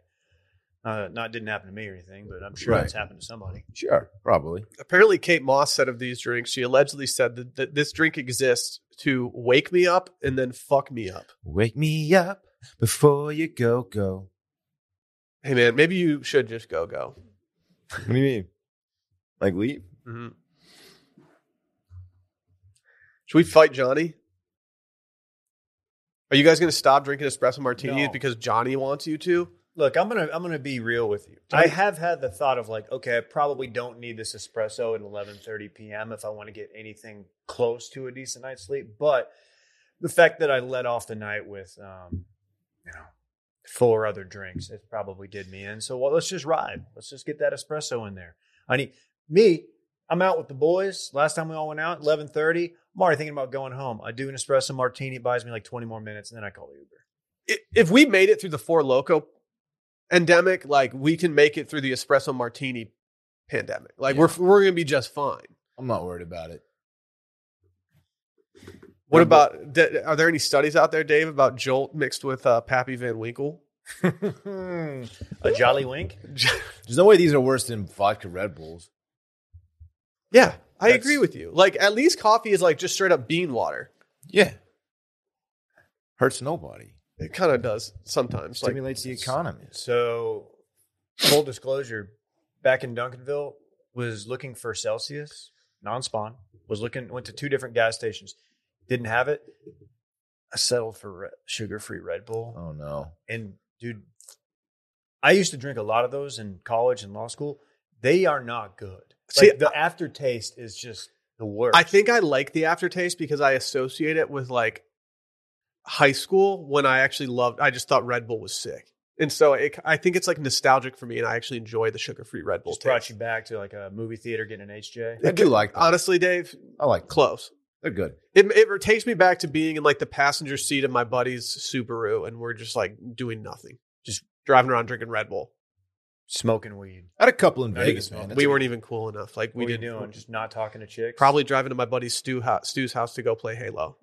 Speaker 2: Uh, not didn't happen to me or anything, but I'm sure
Speaker 3: Right.
Speaker 2: it's happened to somebody.
Speaker 3: Sure, probably.
Speaker 1: Apparently, Kate Moss said of these drinks, she allegedly said that, that this drink exists to wake me up and then fuck me up.
Speaker 3: Wake me up before you go go.
Speaker 1: Hey man, maybe you should just go go.
Speaker 3: What do you mean? Like leave?
Speaker 1: Mhm. Should we fight Johnny? Are you guys going to stop drinking espresso martinis
Speaker 2: No.
Speaker 1: because Johnny wants you to?
Speaker 2: Look, I'm gonna I'm gonna be real with you. I have had the thought of like, okay, I probably don't need this espresso at 11:30 p.m. if I want to get anything close to a decent night's sleep. But the fact that I let off the night with, um, you know, four other drinks, it probably did me in. So well, let's just ride. Let's just get that espresso in there. I need me. I'm out with the boys. Last time we all went out, 11:30. I'm already thinking about going home. I do an espresso martini. It buys me like 20 more minutes, and then I call Uber.
Speaker 1: I- If we made it through the four loco endemic, like we can make it through the espresso martini pandemic. Like
Speaker 3: Yeah.
Speaker 1: we're we're going to be just fine.
Speaker 3: I'm not worried about it.
Speaker 1: What
Speaker 3: Yeah,
Speaker 1: about d- are there any studies out there, Dave, about Jolt mixed with uh, Pappy Van Winkle?
Speaker 2: a jolly wink.
Speaker 3: There's no way these are worse than vodka Red Bulls.
Speaker 1: Yeah, I
Speaker 2: That's-
Speaker 1: agree with you. Like at least coffee is like just straight up bean water.
Speaker 3: Yeah. Hurts nobody.
Speaker 1: It kind of does sometimes. Like
Speaker 3: Stimulates the economy.
Speaker 2: So, full disclosure, back in Duncanville, was looking for Celsius non-spawn. Was looking, went to two different gas stations, didn't have it. I settled for re- sugar-free Red Bull,
Speaker 3: Oh no.
Speaker 2: and dude, I used to drink a lot of those in college and law school. They are not good.
Speaker 1: See,
Speaker 2: like, the aftertaste is just the worst.
Speaker 1: I think I like the aftertaste because I associate it with like high school when I actually loved. I just thought Red Bull was sick, and so it, I think it's like nostalgic for me, and I actually enjoy the sugar-free Red Bull.
Speaker 2: just brought
Speaker 1: taste.
Speaker 2: you back to like a movie theater getting an HJ.
Speaker 3: I do like that.
Speaker 1: Honestly, Dave,
Speaker 3: I like
Speaker 1: close.
Speaker 3: They're good.
Speaker 1: It, it takes me back to being in like the passenger seat of my buddy's Subaru, and we're just like doing nothing, just driving around drinking Red Bull.
Speaker 2: Smoking weed.
Speaker 3: I had a couple in
Speaker 2: I think
Speaker 3: Vegas,
Speaker 2: it's
Speaker 3: man.
Speaker 2: fun.
Speaker 3: That's
Speaker 1: we
Speaker 3: a-
Speaker 1: weren't even cool enough. Like
Speaker 2: What
Speaker 1: we
Speaker 2: are you
Speaker 1: didn't
Speaker 2: doing? Just not talking to chicks.
Speaker 1: probably driving to my buddy Stu house, Stu's house to go play Halo.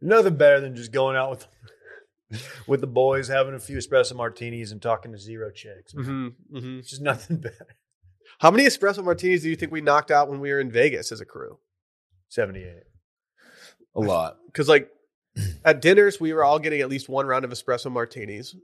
Speaker 2: nothing better than just going out with with the boys, having a few espresso martinis, and talking to zero chicks. man.
Speaker 1: Mm-hmm. Mm-hmm.
Speaker 2: It's just nothing better.
Speaker 1: How many espresso martinis do you think we knocked out when we were in Vegas as a crew?
Speaker 2: Seventy-eight.
Speaker 3: a lot.
Speaker 1: Because like at dinners, we were all getting at least one round of espresso martinis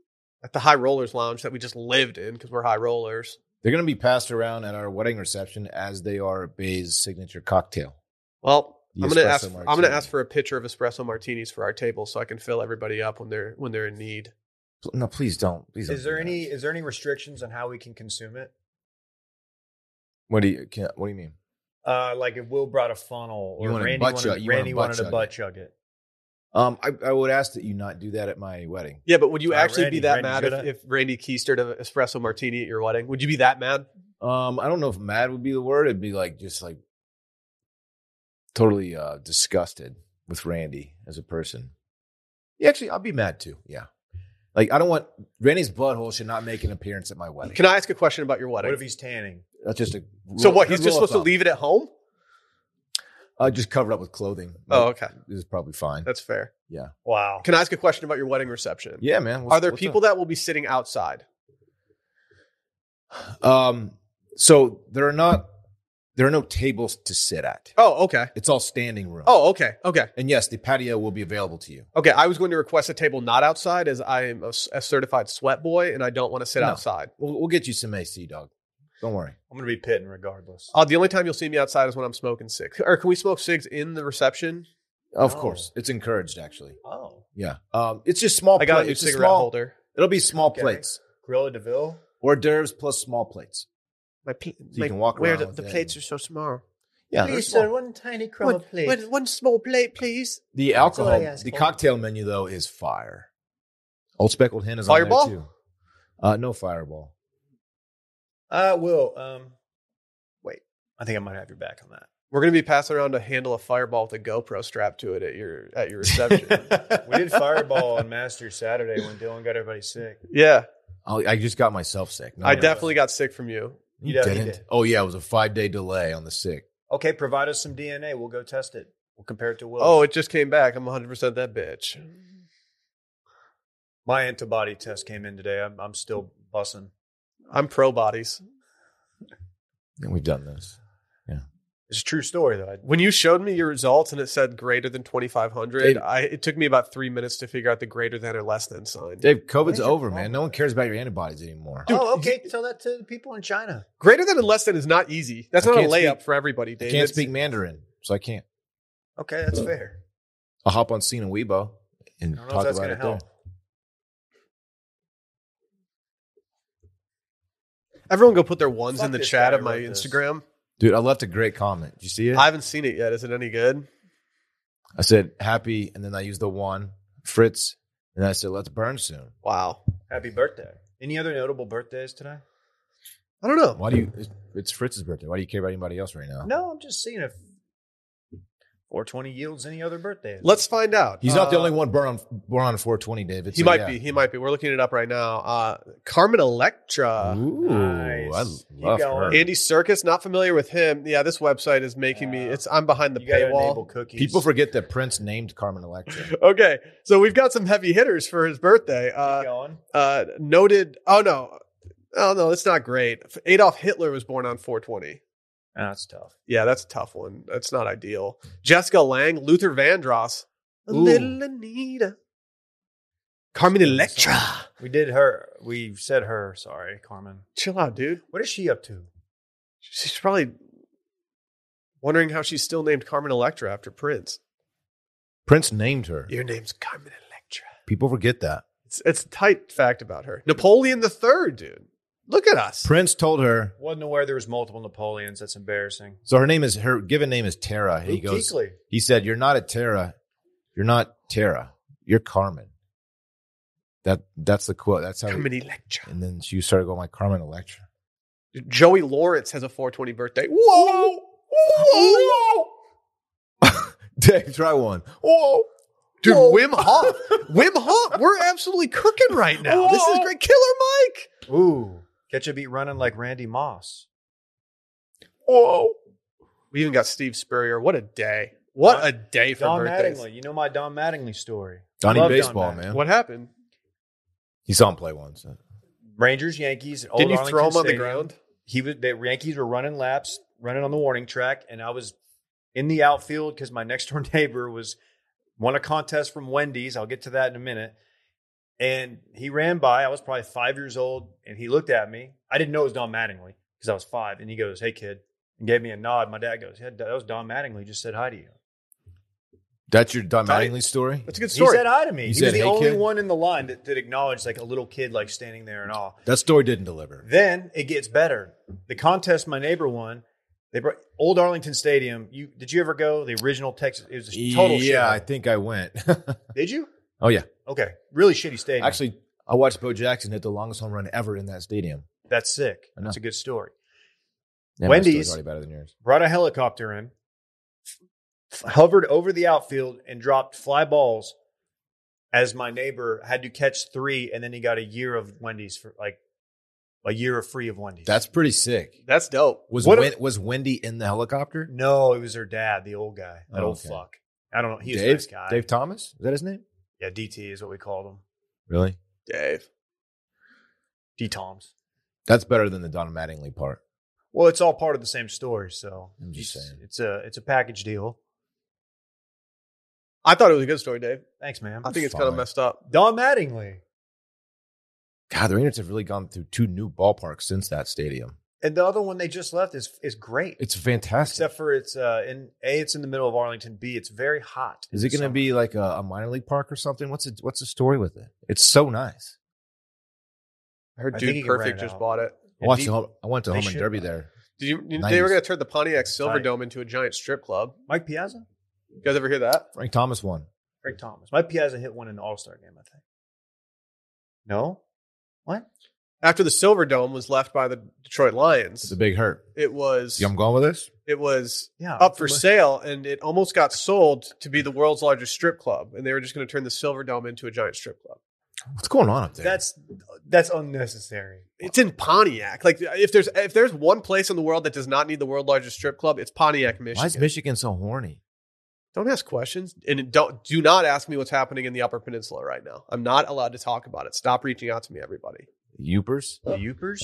Speaker 1: at the High Rollers Lounge that we just lived in because we're high rollers.
Speaker 3: They're going to be passed around at our wedding reception as they are Bay's signature cocktail.
Speaker 1: Well,
Speaker 3: The
Speaker 1: I'm gonna
Speaker 3: espresso
Speaker 1: ask. I'm
Speaker 3: martini.
Speaker 1: gonna ask for a pitcher of espresso martinis for our table so I can fill everybody up when they're when they're in need.
Speaker 3: Pl- No, please don't. Please. don't
Speaker 2: Is
Speaker 3: do
Speaker 2: there
Speaker 3: that.
Speaker 2: any is there any restrictions on how we can consume it?
Speaker 3: What do you? Can, what do you mean?
Speaker 2: Uh, like if Will brought a funnel, or
Speaker 3: You wanted
Speaker 2: Randy
Speaker 3: butt
Speaker 2: wanted,
Speaker 3: chug- you wanted
Speaker 2: Randy
Speaker 3: butt
Speaker 2: wanted to
Speaker 3: chug
Speaker 2: butt chug it.
Speaker 3: Um, I, I would ask that you not do that at my wedding.
Speaker 1: Yeah, but would you
Speaker 2: Uh,
Speaker 1: actually
Speaker 2: Randy-
Speaker 1: be that
Speaker 2: Randy's
Speaker 1: mad
Speaker 2: good
Speaker 1: if,
Speaker 2: at-
Speaker 1: if Randy keistered an espresso martini at your wedding? Would you be that mad?
Speaker 3: Um, I don't know if mad would be the word. It'd be like just like totally uh, disgusted with Randy as a person. Yeah, actually, I'll be mad too. Yeah, like I don't want Randy's butthole should not make an appearance at my wedding.
Speaker 1: Can I ask a question about your wedding?
Speaker 2: What if he's tanning?
Speaker 3: That's just a
Speaker 1: so
Speaker 3: rule-
Speaker 1: what?
Speaker 3: good
Speaker 1: He's just
Speaker 3: rule of
Speaker 1: supposed to
Speaker 3: thumb.
Speaker 1: leave it at home?
Speaker 3: Uh, just cover it up with clothing.
Speaker 1: Oh, okay,
Speaker 3: this is probably fine.
Speaker 1: that's fair.
Speaker 2: Wow.
Speaker 1: Can I ask a question about your wedding reception?
Speaker 3: Yeah, man. What's-
Speaker 1: Are there
Speaker 3: what's
Speaker 1: people that will be sitting outside?
Speaker 3: up? Um, so there are not there are no tables to sit at.
Speaker 1: Oh, okay.
Speaker 3: It's all standing room.
Speaker 1: Oh, okay. Okay.
Speaker 3: and yes, the patio will be available to you.
Speaker 1: Okay. I was going to request a table not outside as I am a, s- a certified sweat boy and I don't want to sit
Speaker 3: No.
Speaker 1: outside.
Speaker 3: We'll, we'll get you some AC, dog. Don't worry.
Speaker 2: I'm gonna be pitting regardless.
Speaker 1: Uh, the only time you'll see me outside is when I'm smoking cigs. Or can we smoke cigs in the reception?
Speaker 3: Of
Speaker 1: Oh.
Speaker 2: No.
Speaker 3: course, it's encouraged. Actually,
Speaker 2: Oh,
Speaker 3: yeah. Um, it's just small.
Speaker 1: I got Oh, a
Speaker 3: plate-
Speaker 1: new
Speaker 3: it's just
Speaker 1: cigarette
Speaker 3: small-
Speaker 1: holder.
Speaker 3: It'll be small
Speaker 2: Okay.
Speaker 3: plates,
Speaker 2: Gorilla Deville.
Speaker 3: hors d'oeuvres plus small plates.
Speaker 1: My pl-
Speaker 3: you can walk around with that.
Speaker 1: so small.
Speaker 3: Yeah, they're small.
Speaker 2: one tiny
Speaker 1: One- one- one small plate, please.
Speaker 3: the
Speaker 2: all I
Speaker 3: alcohol,
Speaker 2: ask
Speaker 3: the
Speaker 2: for.
Speaker 3: cocktail menu though is fire. Old speckled hen is
Speaker 1: Fireball?
Speaker 3: on there too. Uh, no fireball.
Speaker 2: Uh, Will. Um, wait. I think I might have your back on that.
Speaker 1: We're gonna be passing around a handle of Fireball with a GoPro strapped to it at your at your reception.
Speaker 2: We did Fireball on Master Saturday when Dylan got everybody sick.
Speaker 1: yeah,
Speaker 3: I'll- Oh, I just got myself sick. No,
Speaker 1: I
Speaker 3: no.
Speaker 1: definitely got sick from you.
Speaker 3: You
Speaker 2: Yeah, you
Speaker 3: didn't.
Speaker 2: did.
Speaker 3: Oh yeah, it was a five day delay on the sick.
Speaker 2: Okay, provide us some DNA. We'll go test it. We'll compare it to Will.
Speaker 1: Oh, it just came back. I'm 100 percent that bitch.
Speaker 2: my antibody test came in today. I'm, I'm still bussing.
Speaker 1: I'm pro bodies.
Speaker 3: And we've done this.
Speaker 2: It's a true story though. I,
Speaker 1: When you showed me your results and it said greater than 2,500,
Speaker 3: It-
Speaker 1: I, it took me about three minutes to figure out the greater than or less than sign.
Speaker 3: Dave, COVID's
Speaker 2: is your
Speaker 3: over,
Speaker 2: problem?
Speaker 3: man. No one cares about your antibodies anymore.
Speaker 1: Dude,
Speaker 2: oh, okay. Tell that to the people in China.
Speaker 1: Greater than and less than is not easy. That's
Speaker 3: I
Speaker 1: not a
Speaker 3: can't
Speaker 1: layup
Speaker 3: speak-
Speaker 1: for everybody,
Speaker 3: I
Speaker 1: David.
Speaker 3: can't speak Mandarin, so I can't.
Speaker 2: Okay, that's fair.
Speaker 3: I'll hop on scene in Weibo
Speaker 2: I
Speaker 3: and
Speaker 2: don't know
Speaker 3: talk
Speaker 2: if that's
Speaker 3: about
Speaker 2: going
Speaker 3: it
Speaker 2: to help.
Speaker 3: there.
Speaker 1: Everyone, go put their ones
Speaker 2: Fuck
Speaker 1: in the
Speaker 2: this
Speaker 1: chat
Speaker 2: guy
Speaker 1: of my
Speaker 2: wrote this.
Speaker 1: Instagram.
Speaker 3: Dude, I left a great comment. Did you see it?
Speaker 1: I
Speaker 3: I,
Speaker 1: haven't seen it yet. Is it any good?
Speaker 3: said happy, and then I used the one Fritz, and I said let's burn soon.
Speaker 1: Wow.
Speaker 2: Happy birthday. Any other notable birthdays today?
Speaker 1: I don't know.
Speaker 3: Why do you? It's, it's Fritz's birthday. Why do you care about anybody else right now?
Speaker 2: No, I'm just seeing if 420 yields any other birthdays.
Speaker 1: Let's find out.
Speaker 3: He's not the
Speaker 1: Uh,
Speaker 3: only one born on born on 420, David.
Speaker 1: He
Speaker 3: so
Speaker 1: might
Speaker 3: yeah.
Speaker 1: be. He might be. We're looking it up right now. Uh, Carmen Electra.
Speaker 3: Ooh,
Speaker 2: Nice.
Speaker 3: I
Speaker 2: Keep
Speaker 3: love
Speaker 2: going.
Speaker 3: her.
Speaker 1: Andy Circus, not familiar with him. Yeah, this website is making me.
Speaker 2: Yeah.
Speaker 1: It's I'm behind the
Speaker 2: you gotta enable
Speaker 1: paywall.
Speaker 2: cookies.
Speaker 3: People forget that Prince named Carmen Electra.
Speaker 1: Okay, so we've got some heavy hitters for his birthday.
Speaker 2: Keep
Speaker 1: Uh,
Speaker 2: going.
Speaker 1: uh, noted. Oh no, oh no, that's not great. Adolf Hitler was born on 420.
Speaker 2: Ah, that's tough.
Speaker 1: Yeah, that's a tough one. That's not ideal. Jessica Lang, Luther Vandross, a
Speaker 3: Ooh.
Speaker 1: little Anita, Carmen Electra.
Speaker 2: We did her. We said her. Sorry, Carmen.
Speaker 1: Chill out, dude.
Speaker 2: What is she up to?
Speaker 1: She's probably wondering how she's still named Carmen Electra after Prince.
Speaker 3: Prince named her.
Speaker 1: Your name's Carmen Electra.
Speaker 3: People forget that.
Speaker 1: It's, it's a tight fact about her. Napoleon the Third, dude. Look at us.
Speaker 3: Prince told her.
Speaker 2: Wasn't aware there was multiple Napoleons. That's embarrassing.
Speaker 3: So her name is her given name is Tara. He
Speaker 2: Luke
Speaker 3: goes.
Speaker 2: Kuechly.
Speaker 3: He said, "You're not a Tara. You're not Tara. You're Carmen." That that's the quote. That's how. he-
Speaker 1: Carmen Electra.
Speaker 3: and then she started going like Carmen Electra.
Speaker 1: Joey Lawrence has a 420 birthday. Whoa! Whoa!
Speaker 3: Dave, try one. Whoa.
Speaker 1: Dude,
Speaker 3: Whoa.
Speaker 1: Wim Hof. Wim Hof. We're absolutely cooking right now. This is
Speaker 2: Whoa.
Speaker 1: great. Killer Mike.
Speaker 2: Ooh, ketchup be running like Randy Moss.
Speaker 3: Whoa.
Speaker 1: We even got Steve Spurrier. What a day. What
Speaker 2: Don-
Speaker 1: a day for
Speaker 2: Don
Speaker 1: birthdays.
Speaker 2: Mattingly, you know my Don Mattingly story.
Speaker 3: Donnie
Speaker 2: Love Don
Speaker 3: baseball,
Speaker 2: Mattingly.
Speaker 3: man.
Speaker 1: What happened?
Speaker 3: He saw him play once.
Speaker 2: Rangers, Yankees. Old
Speaker 1: Didn't you throw
Speaker 2: Arlington
Speaker 1: him on the
Speaker 2: Stadium.
Speaker 1: ground?
Speaker 2: He was the Yankees were running laps, running on the warning track, and I was in the outfield because my next door neighbor was won a contest from Wendy's. I'll get to that in a minute. And he ran by. I was probably five years old, and he looked at me. I didn't know it was Don Mattingly because I was five. And he goes, "Hey, kid," and gave me a nod. My dad goes, "Yeah, that was Don Mattingly. He Just said hi to you."
Speaker 3: That's your Don
Speaker 1: Donnie-
Speaker 3: Mattingly story?
Speaker 1: That's a good
Speaker 2: He
Speaker 1: story.
Speaker 2: said hi to me.
Speaker 3: You
Speaker 2: he
Speaker 3: said,
Speaker 2: was the
Speaker 3: "Hey,
Speaker 2: only
Speaker 3: kid."
Speaker 2: one in the line that, that acknowledged like a little kid, like standing there and all.
Speaker 3: That story didn't deliver.
Speaker 2: Then it gets better. The contest my neighbor won. They brought Old Arlington Stadium. You did you ever go? The original Texas. It was a total
Speaker 3: yeah, I
Speaker 2: shit.
Speaker 3: think I went.
Speaker 2: Did you?
Speaker 3: oh, yeah.
Speaker 2: Okay, really shitty stadium.
Speaker 3: Actually, I watched Bo Jackson hit the longest home run ever in that stadium.
Speaker 2: that's sick.
Speaker 3: I know.
Speaker 2: That's a good story.
Speaker 3: Yeah, my
Speaker 2: Wendy's-
Speaker 3: story's already better than yours.
Speaker 2: Brought a helicopter in, f- hovered over the outfield, and dropped fly balls. As my neighbor had to catch three, and then he got a year of Wendy's for like a year of free of Wendy's.
Speaker 3: That's pretty sick.
Speaker 1: That's dope.
Speaker 3: Was
Speaker 2: What
Speaker 3: Wen- was Wendy in the helicopter?
Speaker 2: No, it was her dad, the old guy, that
Speaker 3: Oh,
Speaker 2: old
Speaker 3: okay.
Speaker 2: fuck. I don't know. He was
Speaker 3: Dave,
Speaker 2: a nice guy.
Speaker 3: Dave Thomas? Is that his name?
Speaker 2: Yeah, DT is what we called him.
Speaker 3: Really?
Speaker 1: Dave.
Speaker 2: D Toms.
Speaker 3: That's better than the Don Mattingly part.
Speaker 2: Well, it's all part of the same story, so
Speaker 3: I'm just
Speaker 2: it's,
Speaker 3: saying.
Speaker 2: it's a it's a package deal.
Speaker 1: I thought it was a good story, Dave.
Speaker 2: Thanks, man.
Speaker 1: I think it's kind of
Speaker 3: Fine.
Speaker 1: messed up.
Speaker 2: Don Mattingly.
Speaker 3: God, the Rangers have really gone through two new ballparks since that stadium.
Speaker 2: And the other one they just left is is great.
Speaker 3: It's fantastic.
Speaker 2: Except for it's uh in A, it's in the middle of Arlington. B, it's very hot.
Speaker 3: Is it
Speaker 2: in
Speaker 3: going to
Speaker 2: summer.
Speaker 3: be like a, a minor league park or something? What's it, what's the story with it? It's so nice.
Speaker 1: I heard
Speaker 2: I think he
Speaker 1: Dude
Speaker 2: can rent
Speaker 1: Perfect
Speaker 2: it
Speaker 1: just
Speaker 2: out.
Speaker 1: bought it.
Speaker 3: I
Speaker 2: Yeah,
Speaker 3: watched
Speaker 2: D-
Speaker 3: the home, I went to
Speaker 2: they
Speaker 3: home and
Speaker 2: should
Speaker 3: derby
Speaker 2: buy it.
Speaker 3: there.
Speaker 1: Did you? you- They
Speaker 3: Nice.
Speaker 1: were going to turn the Pontiac Silverdome into a giant strip club.
Speaker 2: Mike Piazza?
Speaker 1: You guys ever hear that?
Speaker 3: Frank Thomas won.
Speaker 2: Greg Thomas. Mike Piazza hit one in the All Star game, I think. No? What?
Speaker 1: After the Silverdome was left by the Detroit Lions,
Speaker 3: It's a big hurt.
Speaker 1: it was
Speaker 3: See, I'm going with this.
Speaker 1: it was
Speaker 2: Yeah.
Speaker 1: up for sale, and it almost got sold to be the world's largest strip club, and they were just going to turn the Silverdome into a giant strip club.
Speaker 3: What's going on up there?
Speaker 2: That's that's unnecessary.
Speaker 1: It's in Pontiac. Like if there's if there's one place in the world that does not need the world's largest strip club, it's Pontiac, Michigan.
Speaker 3: Why is Michigan so horny?
Speaker 1: don't ask questions and don't do not ask me what's happening in the upper peninsula right now i'm not allowed to talk about it stop reaching out to me everybody
Speaker 3: Upers?
Speaker 2: The Upers?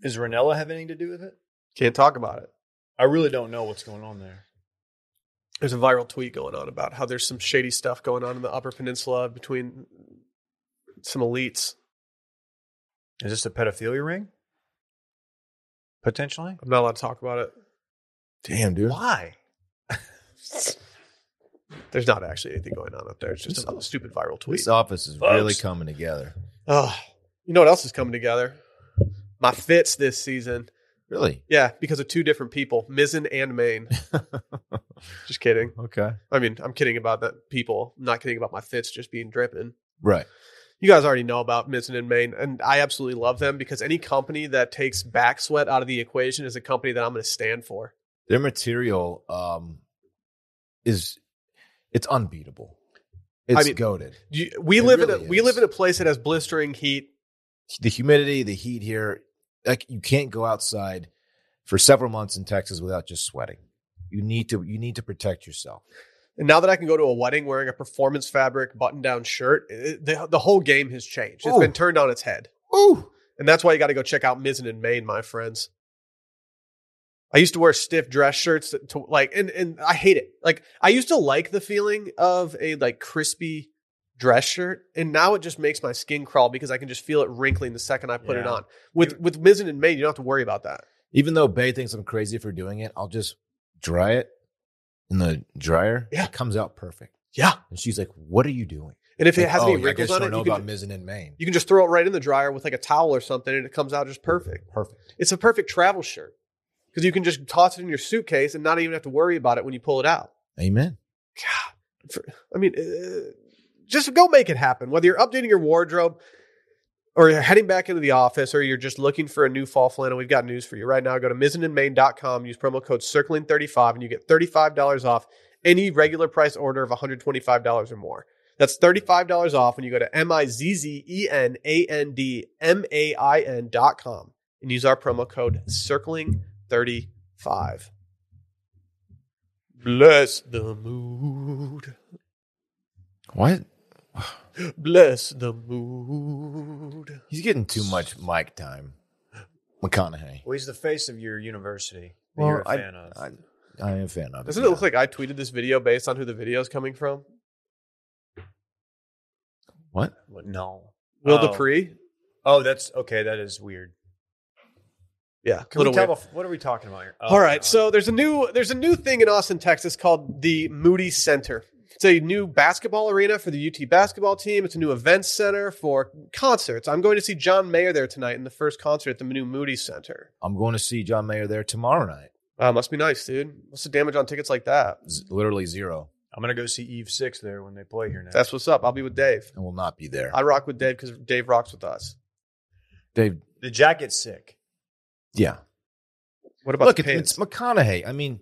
Speaker 2: Does Ranella have anything to do with it?
Speaker 1: can't talk about it
Speaker 2: I really don't know what's going on there.
Speaker 1: there's a viral tweet going on about how there's some shady stuff going on in the upper peninsula between some elites
Speaker 2: Is this a pedophilia ring? Potentially.
Speaker 1: i'm not allowed to talk about it
Speaker 3: Damn, dude.
Speaker 2: Why?
Speaker 1: there's not actually anything going on up there it's just a stupid viral tweet
Speaker 3: This office is
Speaker 2: Folks.
Speaker 3: really coming together.
Speaker 1: Ugh. you know what else is coming together my fits this season
Speaker 3: Really?
Speaker 1: yeah because of two different people mizzen and maine just kidding
Speaker 3: okay.
Speaker 1: i mean i'm kidding about that people I'm not kidding about my fits just being dripping
Speaker 3: Right.
Speaker 1: you guys already know about Mizzen and Maine, and I absolutely love them because any company that takes back sweat out of the equation is a company that I'm going to stand for.
Speaker 3: Their material um, is it's unbeatable. It's
Speaker 1: mean-
Speaker 3: goaded.
Speaker 1: You- we
Speaker 3: It
Speaker 1: live in
Speaker 3: really
Speaker 1: a, we
Speaker 3: is.
Speaker 1: live in a place that has blistering heat.
Speaker 3: The humidity, the heat here, like you can't go outside for several months in Texas without just sweating. You need to you need to protect yourself.
Speaker 1: And now that I can go to a wedding wearing a performance fabric button down shirt, it, the, the whole game has changed. It's
Speaker 3: Ooh.
Speaker 1: been turned on its head.
Speaker 3: Ooh.
Speaker 1: And that's why you got to go check out Mizzen and Maine, my friends. I used to wear stiff dress shirts that- to, like, and and I hate it. Like, I used to like the feeling of a like crispy dress shirt, and now it just makes my skin crawl because I can just feel it wrinkling the second I put it
Speaker 2: Yeah.
Speaker 1: on. With with Mizzen and Maine, you don't have to worry about that.
Speaker 3: Even though Bay thinks I'm crazy for doing it, I'll just dry it in the dryer.
Speaker 1: Yeah.
Speaker 3: It comes out perfect.
Speaker 1: Yeah,
Speaker 3: And she's like, What are you doing?
Speaker 1: and if it has
Speaker 3: Like,
Speaker 1: any
Speaker 3: "Oh, yeah, I guess
Speaker 1: wrinkles
Speaker 3: you
Speaker 1: on
Speaker 3: don't
Speaker 1: it,
Speaker 3: know
Speaker 1: you can,
Speaker 3: about
Speaker 1: ju-
Speaker 3: Mizzen and Maine.
Speaker 1: you can just throw it right in the dryer with like a towel or something, and it comes out just perfect.
Speaker 3: Perfect.
Speaker 1: It's a perfect travel shirt because you can just toss it in your suitcase and not even have to worry about it when you pull it out.
Speaker 3: Amen.
Speaker 1: God, for, I mean, uh, just go make it happen. Whether you're updating your wardrobe, or you're heading back into the office or you're just looking for a new fall flannel, we've got news for you right now. Go to mizzenandmain.com, use promo code circling35, and you get $35 off any regular price order of $125 or more. That's $35 off when you go to M I Z Z E N A N D M A I N dot com and use our promo code circling35. Bless the mood.
Speaker 3: What?
Speaker 1: Bless the mood.
Speaker 3: He's getting too much mic time. McConaughey.
Speaker 2: Well, he's the face of your university. that
Speaker 3: Well,
Speaker 2: you're a
Speaker 3: I-
Speaker 2: fan of.
Speaker 3: I, I am a fan of it.
Speaker 1: Doesn't it look like I tweeted this video based on who the video is coming from?
Speaker 3: what?
Speaker 2: What- no.
Speaker 1: Will
Speaker 2: Oh.
Speaker 1: Dupree?
Speaker 2: Oh, that's okay. That is weird.
Speaker 1: Yeah.
Speaker 2: Can we
Speaker 1: little
Speaker 2: tell
Speaker 1: weird.
Speaker 2: the- what are we talking about here? Oh,
Speaker 1: All right.
Speaker 2: God.
Speaker 1: So there's a new there's a new thing in Austin, Texas called the Moody Center. It's a new basketball arena for the UT basketball team. It's a new events center for concerts. I'm going to see John Mayer there tonight in the first concert at the new Moody Center.
Speaker 3: I'm going to see John Mayer there tomorrow night.
Speaker 1: Wow, must be nice, dude. What's the damage on tickets like that?
Speaker 3: Z- literally zero.
Speaker 2: I'm gonna go see Eve Six there when they play here next.
Speaker 1: That's what's up. I'll be with Dave.
Speaker 3: I will not be there.
Speaker 1: I rock with Dave because Dave rocks with us.
Speaker 3: Dave,
Speaker 2: the jacket's sick.
Speaker 3: yeah.
Speaker 1: What about
Speaker 3: Look,
Speaker 1: the
Speaker 3: it's,
Speaker 1: pants?
Speaker 3: it's McConaughey. I mean,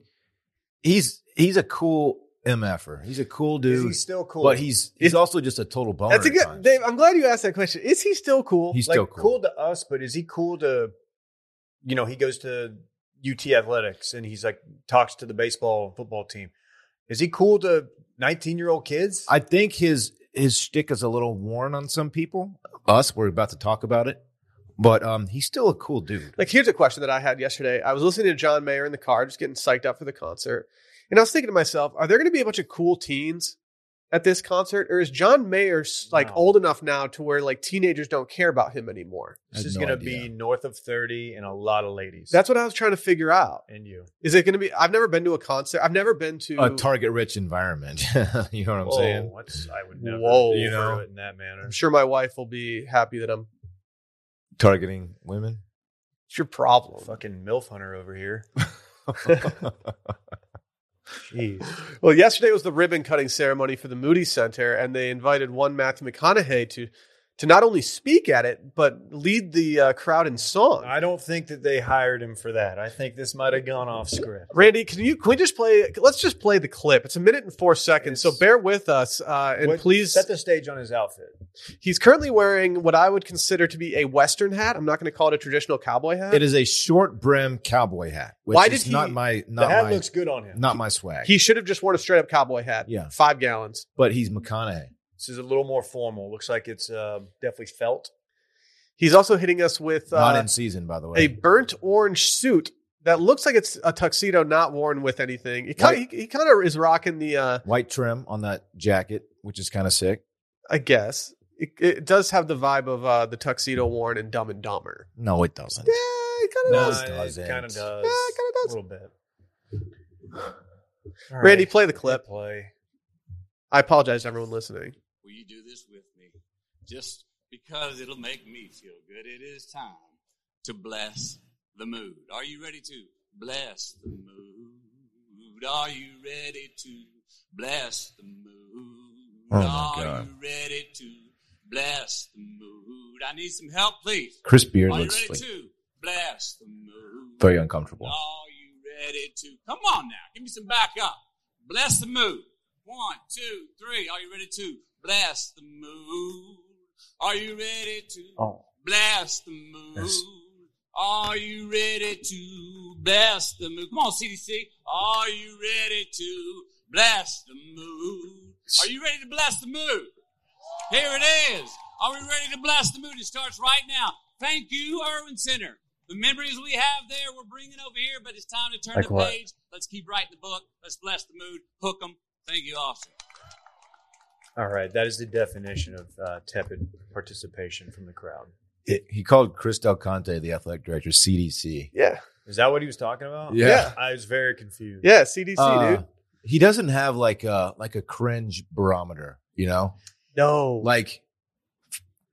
Speaker 3: he's he's a cool mf'er. He's a cool
Speaker 2: Is
Speaker 3: dude,
Speaker 2: he still cool?
Speaker 3: but he's he's
Speaker 1: Is-
Speaker 3: also just a total boner.
Speaker 1: That's a
Speaker 3: at
Speaker 1: good
Speaker 3: times.
Speaker 1: Dave. I'm glad you asked that question. Is he still cool?
Speaker 3: He's
Speaker 2: like
Speaker 3: still
Speaker 2: cool.
Speaker 3: cool.
Speaker 2: to us, but is he cool to? You know, he goes to UT athletics and he's like talks to the baseball and football team. Is he cool to 19 year old kids?
Speaker 3: I think his his shtick is a little worn on some people. Us, we're about to talk about it, but um, he's still a cool dude.
Speaker 1: Like, here's a question that I had yesterday. I was listening to John Mayer in the car, just getting psyched up for the concert. And I was thinking to myself, are there going to be a bunch of cool teens at this concert? Or is John Mayer s- like
Speaker 2: No.
Speaker 1: old enough now to where like teenagers don't care about him anymore?
Speaker 3: I
Speaker 2: this
Speaker 3: had
Speaker 2: is
Speaker 3: no
Speaker 2: gonna
Speaker 3: idea.
Speaker 2: be north of 30 and a lot of ladies.
Speaker 1: That's what I was trying to figure out.
Speaker 2: and you.
Speaker 1: Is it going to be? I've never been to a concert. I've never been to.
Speaker 3: a target rich environment. you know what I'm
Speaker 2: Whoa,
Speaker 3: saying?
Speaker 2: Oh, what's- I would never
Speaker 1: Whoa.
Speaker 2: you
Speaker 1: You know.
Speaker 2: know, it in that manner.
Speaker 1: I'm sure my wife will be happy that I'm.
Speaker 3: Targeting women.
Speaker 1: It's your problem.
Speaker 2: Fucking MILF Hunter over here. Jeez.
Speaker 1: Well, yesterday was the ribbon cutting ceremony for the Moody Center, and they invited one Matthew McConaughey to to not only speak at it but lead the uh, crowd in song.
Speaker 2: I don't think that they hired him for that. I think this might have gone off script.
Speaker 1: Randy, can you can we just play? Let's just play the clip. It's a minute and four seconds, so
Speaker 2: It's-
Speaker 1: bear with us. Uh, and
Speaker 2: What-
Speaker 1: please,
Speaker 2: set the stage on his outfit.
Speaker 1: he's currently wearing what I would consider to be a Western hat. I'm not going to call it a traditional cowboy hat.
Speaker 3: it is a short brim cowboy hat. Which
Speaker 1: Why
Speaker 3: Why
Speaker 1: did
Speaker 3: did
Speaker 1: he-
Speaker 3: not my
Speaker 2: The
Speaker 3: not
Speaker 2: hat
Speaker 3: my
Speaker 2: looks good on him.
Speaker 3: not my swag?
Speaker 1: He should have just worn a straight up cowboy hat.
Speaker 3: Yeah.
Speaker 1: five gallons.
Speaker 3: but he's McConaughey.
Speaker 2: This is a little more formal. Looks like it's uh, definitely felt.
Speaker 1: He's also hitting us with
Speaker 3: not
Speaker 1: uh,
Speaker 3: in season, by the way.
Speaker 1: a burnt orange suit that looks like it's a tuxedo, not worn with anything. It kinda, he he kind of is rocking the. Uh,
Speaker 3: White trim on that jacket, which is kind of sick.
Speaker 1: I guess it, it does have the vibe of uh, the tuxedo worn in Dumb and Dumber.
Speaker 3: No, it doesn't.
Speaker 1: Yeah, it kind of
Speaker 3: No,
Speaker 1: does.
Speaker 3: it doesn't.
Speaker 2: kind of does.
Speaker 1: Yeah, it kinda does.
Speaker 2: A little bit. All
Speaker 1: Randy,
Speaker 2: right.
Speaker 1: play the clip.
Speaker 2: Play.
Speaker 1: I apologize to everyone listening.
Speaker 4: Will you do this with me? Just because it'll make me feel good. It is time to bless the mood. Are you ready to bless the mood? Are you ready to bless the mood?
Speaker 3: Oh, my
Speaker 4: Are
Speaker 3: God.
Speaker 4: you ready to bless the mood? I need some help, please.
Speaker 3: Chris Beard
Speaker 4: Are you
Speaker 3: looks
Speaker 4: ready
Speaker 3: like
Speaker 4: to bless the mood?
Speaker 3: very uncomfortable.
Speaker 4: Are you ready to? Come on now, give me some backup. Bless the mood. One, two, three. Are you ready to bless the mood? Are you ready to
Speaker 2: Oh.
Speaker 4: bless the mood?
Speaker 2: Yes.
Speaker 4: Are you ready to bless the mood? Come on, CDC. Are you ready to bless the mood? Are you ready to bless the mood? Here it is. Are we ready to bless the mood? It starts right now. Thank you, Irwin Center. The memories we have there, we're bringing over here, but it's time to turn
Speaker 2: Like
Speaker 4: the
Speaker 2: what?
Speaker 4: page. Let's keep writing the book. Let's bless the mood. Hook 'em. Thank you, officer.
Speaker 2: All right. That is the definition of uh, tepid participation from the crowd.
Speaker 3: It- he called Chris Del Conte, the athletic director, CDC.
Speaker 1: Yeah,
Speaker 2: Is that what he was talking about?
Speaker 3: Yeah.
Speaker 1: Yeah.
Speaker 2: I was very confused.
Speaker 1: yeah, CDC,
Speaker 3: Uh,
Speaker 1: dude.
Speaker 3: He doesn't have like a like a cringe barometer, you know.
Speaker 1: No,
Speaker 3: Like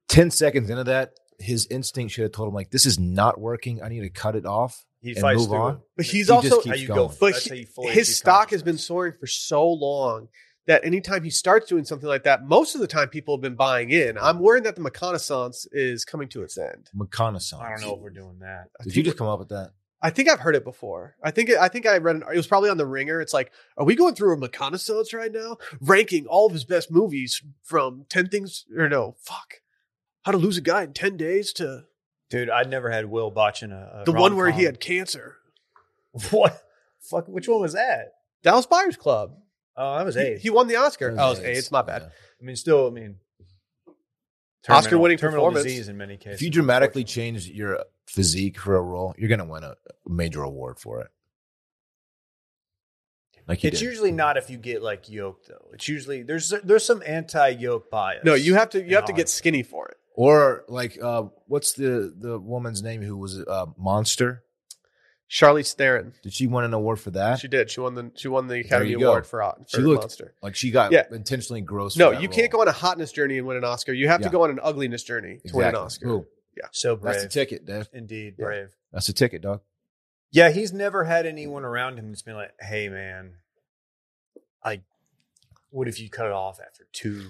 Speaker 3: ten seconds into that, his instinct should have told him like, "This is not working. I need to cut it off."
Speaker 2: He
Speaker 3: And
Speaker 2: fights
Speaker 3: move
Speaker 2: through
Speaker 3: on.
Speaker 2: it.
Speaker 1: but he's
Speaker 3: he
Speaker 1: also
Speaker 3: just
Speaker 2: how
Speaker 3: keeps
Speaker 2: you go.
Speaker 3: going.
Speaker 1: But
Speaker 2: that's
Speaker 1: he-
Speaker 2: how you fully
Speaker 1: his
Speaker 2: keep
Speaker 1: stock has been
Speaker 2: consciousness.
Speaker 1: soaring for so long that anytime he starts doing something like that, most of the time people have been buying in. I'm worried that the reconnaissance is coming to its end.
Speaker 3: McConaissance.
Speaker 2: I don't know if we're doing that.
Speaker 1: I
Speaker 3: Did
Speaker 1: think
Speaker 3: you just come up with that?
Speaker 1: I think I've heard it before. I think I think I read an, it was probably on the Ringer. It's like, are we going through a reconnaissance right now, ranking all of his best movies from ten things or no, fuck, how to lose a guy in ten days to
Speaker 2: Dude, I'd never had Will botching a, a
Speaker 3: Uh,
Speaker 1: the one where
Speaker 2: rom-com.
Speaker 1: he had cancer.
Speaker 2: what? Fuck, which one was that?
Speaker 1: Dallas Buyers Club.
Speaker 2: Oh, that was
Speaker 1: He,
Speaker 2: eight.
Speaker 1: he won the Oscar. Oh, it's AIDS. My bad.
Speaker 2: I mean, still, I mean,
Speaker 1: Oscar-winning
Speaker 2: terminal
Speaker 1: performance.
Speaker 2: disease in many cases.
Speaker 3: If you dramatically change your physique for a role, you're going to win a major award for it. Like you
Speaker 2: it's
Speaker 3: did.
Speaker 2: usually not if you get like yoked though. It's usually there's there's some anti yoke bias.
Speaker 1: No, you have to
Speaker 2: In
Speaker 1: you have to
Speaker 2: Hollywood.
Speaker 1: get skinny for it.
Speaker 3: or like uh, what's the the woman's name who was uh, monster?
Speaker 1: Charlie Theron.
Speaker 3: Did she win an award for that?
Speaker 1: She did. She won the she won the Academy
Speaker 3: you go.
Speaker 1: Award for, for
Speaker 3: She looked-
Speaker 1: Monster.
Speaker 3: like she got
Speaker 1: Yeah.
Speaker 3: intentionally gross.
Speaker 1: No,
Speaker 3: for that
Speaker 1: you can't
Speaker 3: role.
Speaker 1: go on a hotness journey and win an Oscar. You have
Speaker 3: Yeah.
Speaker 1: to go on an ugliness journey to win an
Speaker 3: Exactly.
Speaker 1: Oscar.
Speaker 3: Boom.
Speaker 2: so brave.
Speaker 3: That's the ticket, Dave.
Speaker 2: Indeed,
Speaker 1: Yeah.
Speaker 2: brave.
Speaker 3: That's the ticket, dog.
Speaker 2: Yeah, he's never had anyone around him that's been like, "Hey, man, I what if you cut it off after two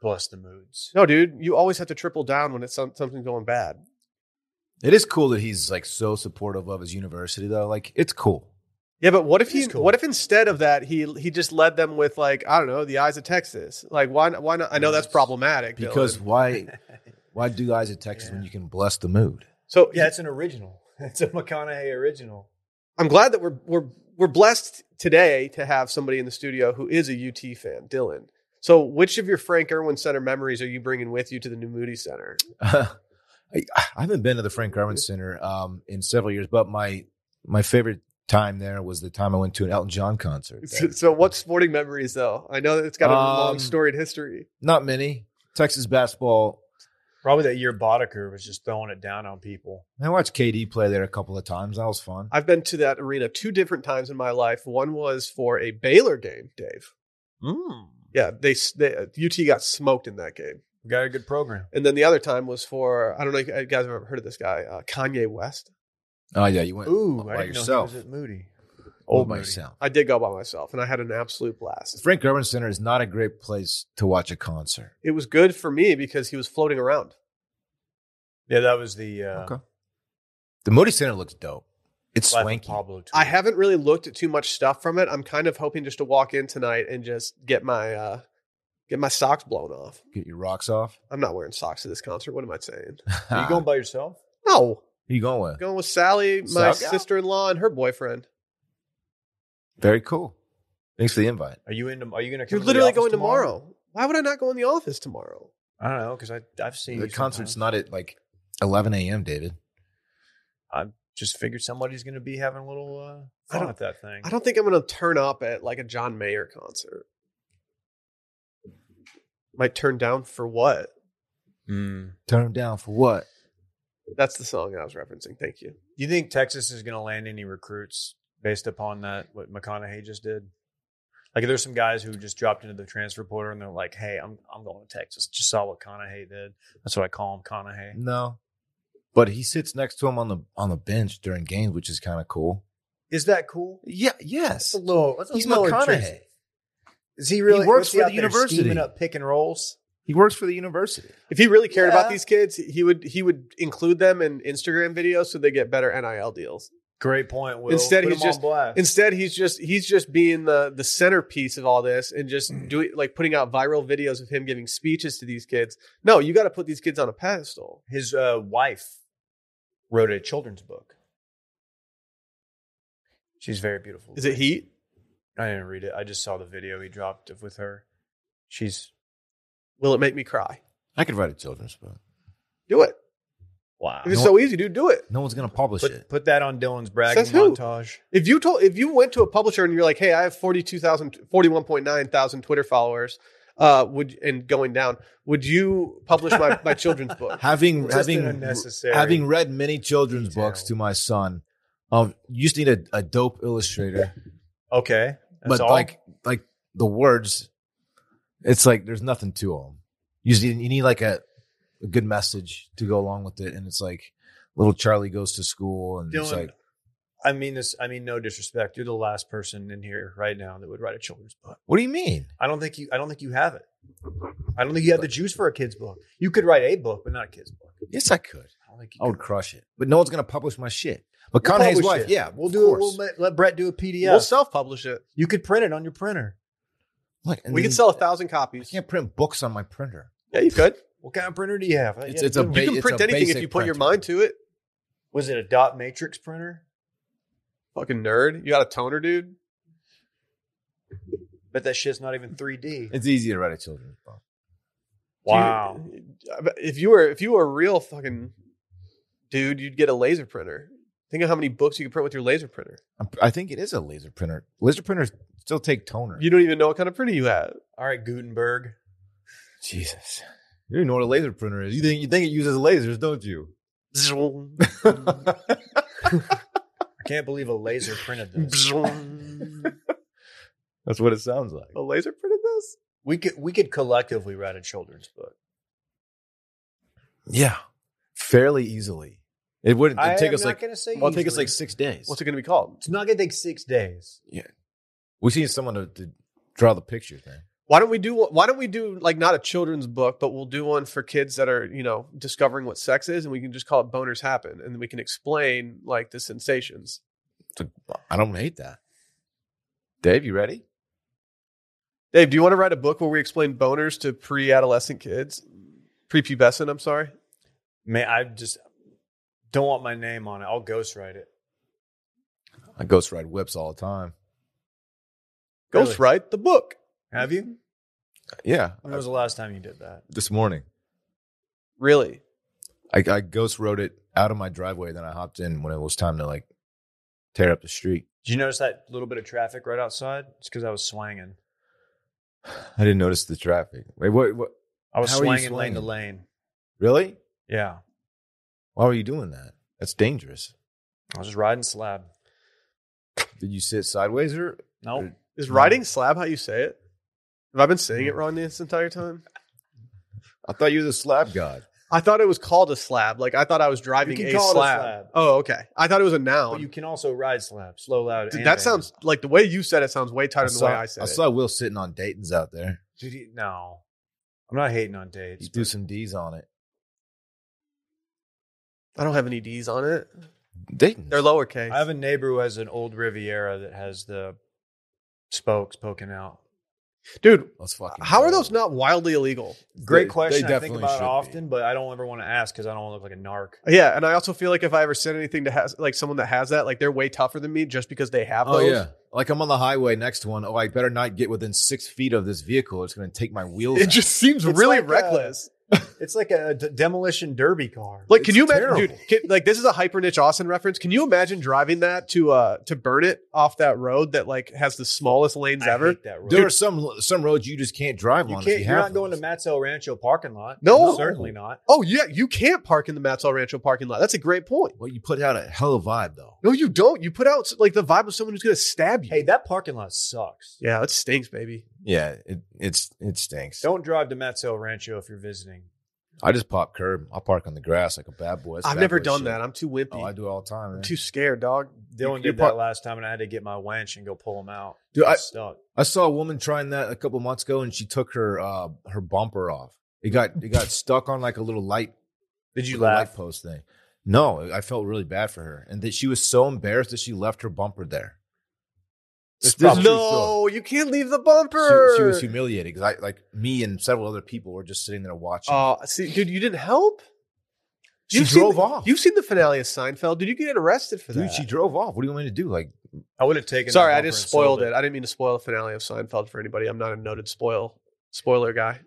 Speaker 2: plus the moods?"
Speaker 1: No, dude, you always have to triple down when it's some, something's going bad.
Speaker 3: It is cool that he's like so supportive of his university, though. Like it's cool.
Speaker 1: Yeah, but what if
Speaker 2: It is
Speaker 1: he?
Speaker 2: cool.
Speaker 1: What if instead of that, he he just led them with like I don't know, the eyes of Texas. Like why? Why not? I know that's
Speaker 2: Yes.
Speaker 1: problematic
Speaker 3: Because
Speaker 1: Dylan.
Speaker 3: why? Why do guys in Texas when
Speaker 2: Yeah.
Speaker 3: you can bless the mood?
Speaker 1: so
Speaker 2: yeah, it's an original. It's a McConaughey original.
Speaker 1: I'm glad that we're we're we're blessed today to have somebody in the studio who is a UT fan, Dylan. So, which of your Frank Irwin Center memories are you bringing with you to the new Moody Center?
Speaker 3: I, I haven't been to the Frank Garman Center um, in several years, but my my favorite time there was the time I went to an Elton John concert.
Speaker 1: So, so what sporting memories though? I know that it's got a long
Speaker 3: Um,
Speaker 1: storied history.
Speaker 3: Not many. Texas basketball.
Speaker 2: Probably that year Boddicker was just throwing it down on people.
Speaker 3: I watched KD play there a couple of times. That was fun.
Speaker 1: I've been to that arena two different times in my life. One was for a Baylor game, Dave. Yeah, they, s- they uh, UT got smoked in that game.
Speaker 2: We got a good program.
Speaker 1: And then the other time was for I don't know if you guys have ever heard of this guy, uh, Kanye West.
Speaker 3: Oh yeah, you went.
Speaker 2: Ooh, I
Speaker 3: by
Speaker 2: didn't
Speaker 3: yourself.
Speaker 2: know he was at Moody.
Speaker 3: Old
Speaker 2: Moody.
Speaker 3: myself.
Speaker 1: I did go by myself, and I had an absolute blast.
Speaker 3: Frank Garman Center is not a great place to watch a concert.
Speaker 1: It was good for me because he was floating around.
Speaker 2: Yeah, that was the uh,
Speaker 3: Okay. The Moody Center looks dope. It's
Speaker 2: Life of
Speaker 3: swanky.
Speaker 2: Pablo. tour.
Speaker 1: I haven't really looked at too much stuff from it. I'm kind of hoping just to walk in tonight and just get my uh, get my socks blown off.
Speaker 3: Get your rocks off.
Speaker 1: I'm not wearing socks to this concert. What am I saying?
Speaker 2: Are you going by yourself?
Speaker 1: No,
Speaker 3: Who you going with?
Speaker 1: going with Sally, my
Speaker 3: Sal-
Speaker 1: sister-in-law, and her boyfriend.
Speaker 3: Very cool. Thanks for the invite.
Speaker 2: Are you in? Are you going to?
Speaker 1: You're literally going tomorrow. Why would I not go in the office tomorrow?
Speaker 2: I don't know because I I've seen
Speaker 3: the
Speaker 2: you
Speaker 3: concert's
Speaker 2: sometimes.
Speaker 3: not at like 11 a.m. David.
Speaker 2: Just figured somebody's going to be having a little uh,
Speaker 1: I
Speaker 2: fun
Speaker 1: don't-
Speaker 2: with that thing.
Speaker 1: I don't think I'm going to turn up at like a John Mayer concert. Might turn down for what?
Speaker 2: Mm.
Speaker 3: Turn 'em down for what?
Speaker 1: That's the song I was referencing. Thank you.
Speaker 2: Do you think Texas is going to land any recruits based upon that what McConaughey just did? Like, there's some guys who just dropped into the transfer portal and they're like, "Hey, I'm I'm going to Texas." Just saw what Conahay did. That's what I call him, Conahay.
Speaker 3: No. But he sits next to him on the on the bench during games, which is kind of cool.
Speaker 2: Is that cool?
Speaker 3: Yeah. Yes.
Speaker 2: little.
Speaker 3: He's McConaughey.
Speaker 2: Is he really?
Speaker 3: He works
Speaker 2: what's he
Speaker 3: for
Speaker 2: out
Speaker 3: the
Speaker 2: there
Speaker 3: university.
Speaker 2: scheming up pick and rolls.
Speaker 3: He works for the university.
Speaker 1: If he really cared
Speaker 2: Yeah.
Speaker 1: about these kids, he would he would include them in Instagram videos so they get better NIL deals.
Speaker 2: Great point. Will.
Speaker 1: Instead,
Speaker 2: Put
Speaker 1: he's
Speaker 2: him on
Speaker 1: just-
Speaker 2: blast.
Speaker 1: Instead, he's just he's just being the the centerpiece of all this and just doing like putting out viral videos of him giving speeches to these kids. No, you got to put these kids on a pedestal.
Speaker 2: his uh, wife wrote a children's book. She's very beautiful.
Speaker 1: Is it heat?
Speaker 2: I didn't read it. I just saw the video he dropped of with her. She's
Speaker 1: Will it make me cry?
Speaker 3: I could write a children's book.
Speaker 1: Do it.
Speaker 2: wow.
Speaker 1: If it's so easy, dude, do it.
Speaker 3: No one's gonna publish
Speaker 2: Put,
Speaker 3: it.
Speaker 2: put that on Dylan's bragging
Speaker 1: Says who?
Speaker 2: montage.
Speaker 1: If you told, if you went to a publisher and you're like, "Hey, I have 42,000 41.9 thousand Twitter followers," uh, would and going down, would you publish my, my children's book?
Speaker 3: Having
Speaker 2: Just an
Speaker 3: having
Speaker 2: unnecessary.
Speaker 3: having read many children's
Speaker 2: detail.
Speaker 3: books to my son, um, you just need a, a dope illustrator.
Speaker 2: okay, that's
Speaker 3: but
Speaker 2: all?
Speaker 3: like like the words, it's like there's nothing to them. You just need, you need like a, a good message to go along with it, and it's like little Charlie goes to school, and it's
Speaker 2: Dylan,
Speaker 3: like
Speaker 2: I mean this. I mean no disrespect. You're the last person in here right now that would write a children's book.
Speaker 3: What do you mean?
Speaker 2: I don't think you. I don't think you have it. I don't think you have the juice for a kid's book. You could write a book, but not a kid's book.
Speaker 3: Yes, I could.
Speaker 2: I don't think you
Speaker 3: I would
Speaker 2: could.
Speaker 3: crush it. But no one's going to publish my shit. But
Speaker 2: We'll
Speaker 3: Conhe's
Speaker 2: publish
Speaker 3: wife,
Speaker 2: it.
Speaker 3: yeah,
Speaker 2: we'll
Speaker 3: of
Speaker 2: do it.
Speaker 3: course.
Speaker 2: We'll let, let Brett do a PDF.
Speaker 1: We'll self publish it.
Speaker 2: you could print it on your printer.
Speaker 3: What? And
Speaker 1: We
Speaker 3: then
Speaker 1: could sell a thousand
Speaker 3: I
Speaker 1: copies.
Speaker 3: can't print books on my printer.
Speaker 1: Yeah, you could.
Speaker 2: What kind of printer do you have?
Speaker 3: It's-
Speaker 2: Yeah,
Speaker 3: it's a
Speaker 2: good one.
Speaker 3: ba-
Speaker 1: You can
Speaker 3: it's
Speaker 1: print anything if
Speaker 3: basic
Speaker 1: you put your
Speaker 3: printer.
Speaker 1: mind to it.
Speaker 2: was it a dot matrix printer?
Speaker 1: Fucking nerd. You got a toner, dude.
Speaker 2: But that shit's not even 3D.
Speaker 3: It's easy to write a children's book.
Speaker 2: Wow.
Speaker 1: If you were if you were a real fucking dude, you'd get a laser printer. Think of how many books you could print with your laser printer.
Speaker 3: I'm- I think it is a laser printer. Laser printers still take toner.
Speaker 1: You don't even know what kind of printer you have.
Speaker 2: All right, Gutenberg.
Speaker 3: Jesus, you don't know what a laser printer is. You think you think it uses lasers, don't you?
Speaker 1: Zoom,
Speaker 2: I can't believe a laser printed this.
Speaker 1: zoom.
Speaker 3: That's what it sounds like.
Speaker 1: a laser printed this?
Speaker 2: we could we could collectively write a children's book.
Speaker 3: Yeah, fairly easily. It wouldn't
Speaker 2: I
Speaker 3: it'd take
Speaker 2: am
Speaker 3: us
Speaker 2: not
Speaker 3: like
Speaker 2: gonna say
Speaker 3: well, it'd take us
Speaker 2: easily.
Speaker 3: like six days.
Speaker 1: What's it gonna be called?
Speaker 2: It's not gonna take six days.
Speaker 3: we see someone to, to draw the pictures, man.
Speaker 1: Why don't we do why don't we do like not a children's book, but we'll do one for kids that are, you know, discovering what sex is and we can just call it boners happen and we can explain like the sensations.
Speaker 3: It's like, I don't hate that. Dave, you ready?
Speaker 1: Dave, do you want to write a book where we explain boners to pre-adolescent kids? Prepubescent, I'm sorry.
Speaker 2: May I just don't want my name on it. I'll ghostwrite it.
Speaker 3: I ghost ride whips all the time.
Speaker 1: Ghost
Speaker 2: Really?
Speaker 1: write the book.
Speaker 2: Have you?
Speaker 3: Yeah,
Speaker 2: When was the last time you did that?
Speaker 3: this morning.
Speaker 1: Really?
Speaker 3: I, I ghost rode it out of my driveway. Then I hopped in when it was time to like tear up the street.
Speaker 2: Did you notice that little bit of traffic right outside? It's because I was swanging.
Speaker 3: I didn't notice the traffic. Wait, what? what
Speaker 2: I was
Speaker 3: How are you
Speaker 2: swanging lane to
Speaker 3: swanging?
Speaker 2: lane.
Speaker 3: really?
Speaker 2: Yeah,
Speaker 3: Why were you doing that? That's dangerous.
Speaker 2: I was just riding slab.
Speaker 3: Did you sit sideways or?
Speaker 2: Nope.
Speaker 1: Is writing slab how you say it? Have I been saying it wrong this entire time?
Speaker 3: I thought you were the slab god.
Speaker 1: I thought it was called a slab. Like I thought I was driving
Speaker 2: can
Speaker 1: a
Speaker 2: call it a
Speaker 1: slab.
Speaker 2: slab.
Speaker 1: Oh, okay. I thought it was a noun.
Speaker 2: But you can also ride slab, slow, loud.
Speaker 1: Dude,
Speaker 2: and
Speaker 1: that
Speaker 2: banging.
Speaker 1: sounds like the way you said it sounds way tighter than
Speaker 3: saw,
Speaker 1: the way I said
Speaker 3: I
Speaker 1: it.
Speaker 3: saw Will sitting on Dayton's out there.
Speaker 2: Dude, you- no, I'm not hating on
Speaker 3: He
Speaker 2: dates.
Speaker 3: threw
Speaker 2: but
Speaker 3: some D's on it.
Speaker 1: I don't have any D's on it.
Speaker 3: Dayton.
Speaker 1: They're lowercase.
Speaker 2: I have a neighbor who has an old Riviera that has the spokes poking out.
Speaker 1: Dude,
Speaker 3: Let's fucking.
Speaker 1: how are
Speaker 3: go.
Speaker 1: those not wildly illegal?
Speaker 2: Great
Speaker 3: They-
Speaker 2: question.
Speaker 3: they
Speaker 2: I think
Speaker 3: definitely
Speaker 2: about it
Speaker 3: should
Speaker 2: often, but I don't ever want to ask because I don't want to look like a narc.
Speaker 1: Yeah, and I also feel like if I ever send anything to has like someone that has that, like they're way tougher than me just because they have
Speaker 3: Oh
Speaker 1: those.
Speaker 3: yeah. Like I'm on the highway next to one. Oh, I better not get within six feet of this vehicle. It's going to take my wheels.
Speaker 1: It
Speaker 3: out.
Speaker 1: just seems
Speaker 2: It's
Speaker 1: really
Speaker 2: like, uh,
Speaker 1: reckless.
Speaker 2: It's like a d- demolition derby car.
Speaker 1: like, can
Speaker 3: it's
Speaker 1: you imagine,
Speaker 3: terrible.
Speaker 1: dude? Can, like, this is a hyper niche Austin reference. Can you imagine driving that to uh to burn it off that road that like has the smallest lanes
Speaker 2: I
Speaker 1: ever?
Speaker 2: hate that road.
Speaker 3: there are some some roads you just can't drive
Speaker 2: you
Speaker 3: on.
Speaker 2: can't.
Speaker 3: if you
Speaker 2: you're
Speaker 3: have
Speaker 2: not going to
Speaker 3: those.
Speaker 2: Matt's El Rancho parking lot.
Speaker 1: No.
Speaker 2: certainly not.
Speaker 1: Oh yeah, you can't park in the Matt's El Rancho parking lot. That's a great point.
Speaker 3: Well, you put out a hell of a vibe though.
Speaker 1: No, you don't. You put out like the vibe of someone who's gonna stab you.
Speaker 2: Hey, that parking lot sucks.
Speaker 1: Yeah, that stinks, baby.
Speaker 3: Yeah, it it's it stinks.
Speaker 2: Don't drive to Matt's El Rancho if you're visiting.
Speaker 3: I just pop curb. I park on the grass like a bad boy. That's
Speaker 1: I've
Speaker 3: bad
Speaker 1: never
Speaker 3: boy
Speaker 1: done
Speaker 3: shit.
Speaker 1: that. I'm too wimpy.
Speaker 3: Oh, I do it all the time.
Speaker 1: I'm
Speaker 3: Man.
Speaker 1: too scared, dog.
Speaker 2: Dylan
Speaker 3: you
Speaker 2: did
Speaker 3: par-
Speaker 2: that last time, and I had to get my wench and go pull him out.
Speaker 3: Dude,
Speaker 2: I
Speaker 3: I-
Speaker 2: was stuck.
Speaker 3: I saw a woman trying that a couple months ago, and she took her uh, her bumper off. It got it got stuck on like a little light
Speaker 2: Did you
Speaker 3: little
Speaker 2: laugh?
Speaker 3: light post thing. No, I felt really bad for her, and that she was so embarrassed that she left her bumper there.
Speaker 2: This
Speaker 3: This is
Speaker 2: probably-
Speaker 3: a true story.
Speaker 1: No, you can't leave the bumper.
Speaker 3: She, she was humiliated because I like me and several other people were just sitting there watching.
Speaker 1: Oh, see, dude, you didn't help.
Speaker 3: she
Speaker 1: You've
Speaker 3: drove
Speaker 1: seen,
Speaker 3: off.
Speaker 1: You've seen the finale of Seinfeld. Did you get arrested for
Speaker 3: Dude,
Speaker 1: that?
Speaker 3: she drove off. What do you want me to do? Like,
Speaker 2: I would have taken. that
Speaker 1: Sorry, I
Speaker 2: bumper
Speaker 1: just
Speaker 2: and sold
Speaker 1: spoiled it. I didn't mean to spoil the finale of Seinfeld for anybody. I'm not a noted spoil spoiler guy,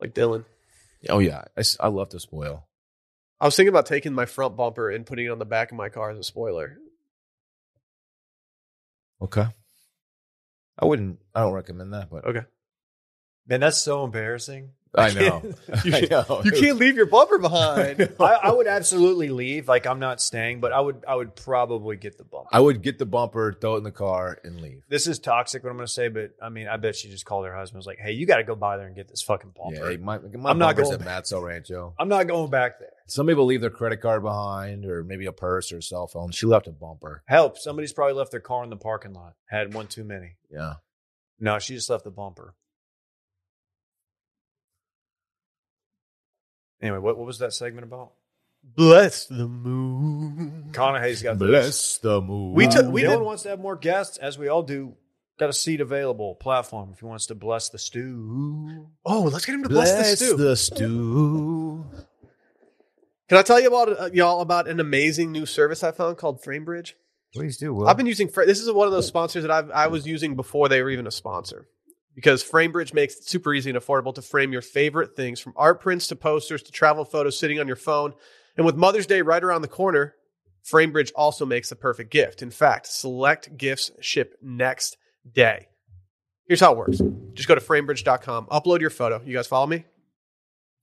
Speaker 1: like Dylan.
Speaker 3: oh yeah, I, s- I love to spoil.
Speaker 1: I was thinking about taking my front bumper and putting it on the back of my car as a spoiler.
Speaker 3: Okay, I wouldn't. I don't recommend that. But
Speaker 1: Okay.
Speaker 2: Man, that's so embarrassing.
Speaker 3: I know.
Speaker 1: You,
Speaker 3: I know.
Speaker 1: you can't leave your bumper behind.
Speaker 2: I, I would absolutely leave. Like I'm not staying, but I would I would probably get the bump.
Speaker 3: I would get the bumper, throw it in the car, and leave.
Speaker 2: this is toxic what I'm gonna say, but I mean I bet she just called her husband was like, Hey, you gotta go by there and get this fucking
Speaker 3: Yeah,
Speaker 2: bumper.
Speaker 3: hey, my, my
Speaker 2: I'm not
Speaker 3: bumper's
Speaker 2: going
Speaker 3: at
Speaker 2: back.
Speaker 3: Matt's El Rancho.
Speaker 2: I'm not going back there.
Speaker 3: Some people leave their credit card behind, or maybe a purse or a cell phone. She left a bumper.
Speaker 2: Help, somebody's probably left their car in the parking lot. Had one too many.
Speaker 3: Yeah,
Speaker 2: No, she just left the bumper. Anyway, what, what was that segment about?
Speaker 1: Bless the moon.
Speaker 2: Conahay's got this.
Speaker 3: bless the moon.
Speaker 1: We took-
Speaker 2: Dylan
Speaker 1: did-
Speaker 2: wants to have more guests, as we all do. Got a seat available, platform if he wants to bless the stew.
Speaker 1: Oh, let's get him to bless,
Speaker 3: bless
Speaker 1: the stew.
Speaker 3: the stew.
Speaker 1: Can I tell you about uh, y'all about an amazing new service I found called FrameBridge?
Speaker 3: Please do. Will.
Speaker 1: I've been using Fra- this is one of those sponsors that I've, I was using before they were even a sponsor because FrameBridge makes it super easy and affordable to frame your favorite things from art prints to posters to travel photos sitting on your phone. And with Mother's Day right around the corner, FrameBridge also makes the perfect gift. In fact, select gifts ship next day. Here's how it works. Just go to framebridge.com, upload your photo. You guys follow me?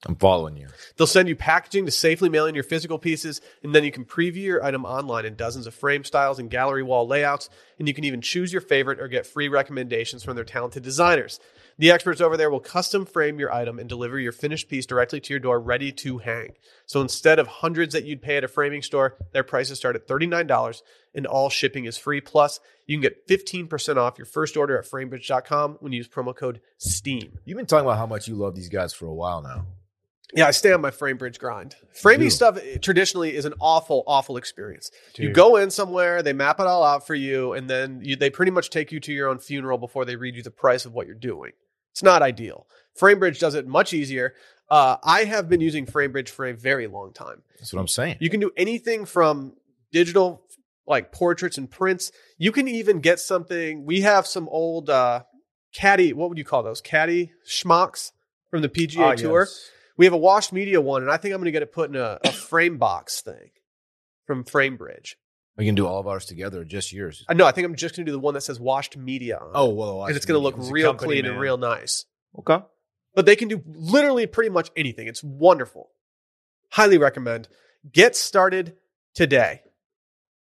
Speaker 3: I'm following you.
Speaker 1: They'll send you packaging to safely mail in your physical pieces, and then you can preview your item online in dozens of frame styles and gallery wall layouts, and you can even choose your favorite or get free recommendations from their talented designers. The experts over there will custom frame your item and deliver your finished piece directly to your door ready to hang. So instead of hundreds that you'd pay at a framing store, their prices start at $39 and all shipping is free. Plus, you can get 15% off your first order at framebridge.com when you use promo code STEAM.
Speaker 3: You've been talking about how much you love these guys for a while now.
Speaker 1: Yeah, I stay on my frame bridge grind. Framing
Speaker 3: Dude.
Speaker 1: stuff eh, traditionally is an awful, awful experience. You
Speaker 2: Dude.
Speaker 1: go in somewhere, they map it all out for you, and then you, they pretty much take you to your own funeral before they read you the price of what you're doing. It's not ideal. FrameBridge does it much easier. Uh, I have been using FrameBridge for a very long time.
Speaker 3: That's what I'm saying.
Speaker 1: You can do anything from digital, like portraits and prints. You can even get something. We have some old uh, caddy. What would you call those? Caddy schmucks from the PGA
Speaker 2: Ah,
Speaker 1: Tour.
Speaker 2: yes.
Speaker 1: We have a washed media one, and I think I'm going to get it put in a, a frame box thing from FrameBridge. Uh,
Speaker 3: we can do all of ours together, just yours.
Speaker 1: I know. I think I'm just going to do the one that says washed media on. it.
Speaker 3: Oh well,
Speaker 1: and it's going to look
Speaker 2: It's a
Speaker 1: real
Speaker 2: company,
Speaker 1: clean and
Speaker 2: man.
Speaker 1: real nice.
Speaker 3: okay.
Speaker 1: But they can do literally pretty much anything. It's wonderful. Highly recommend. Get started today.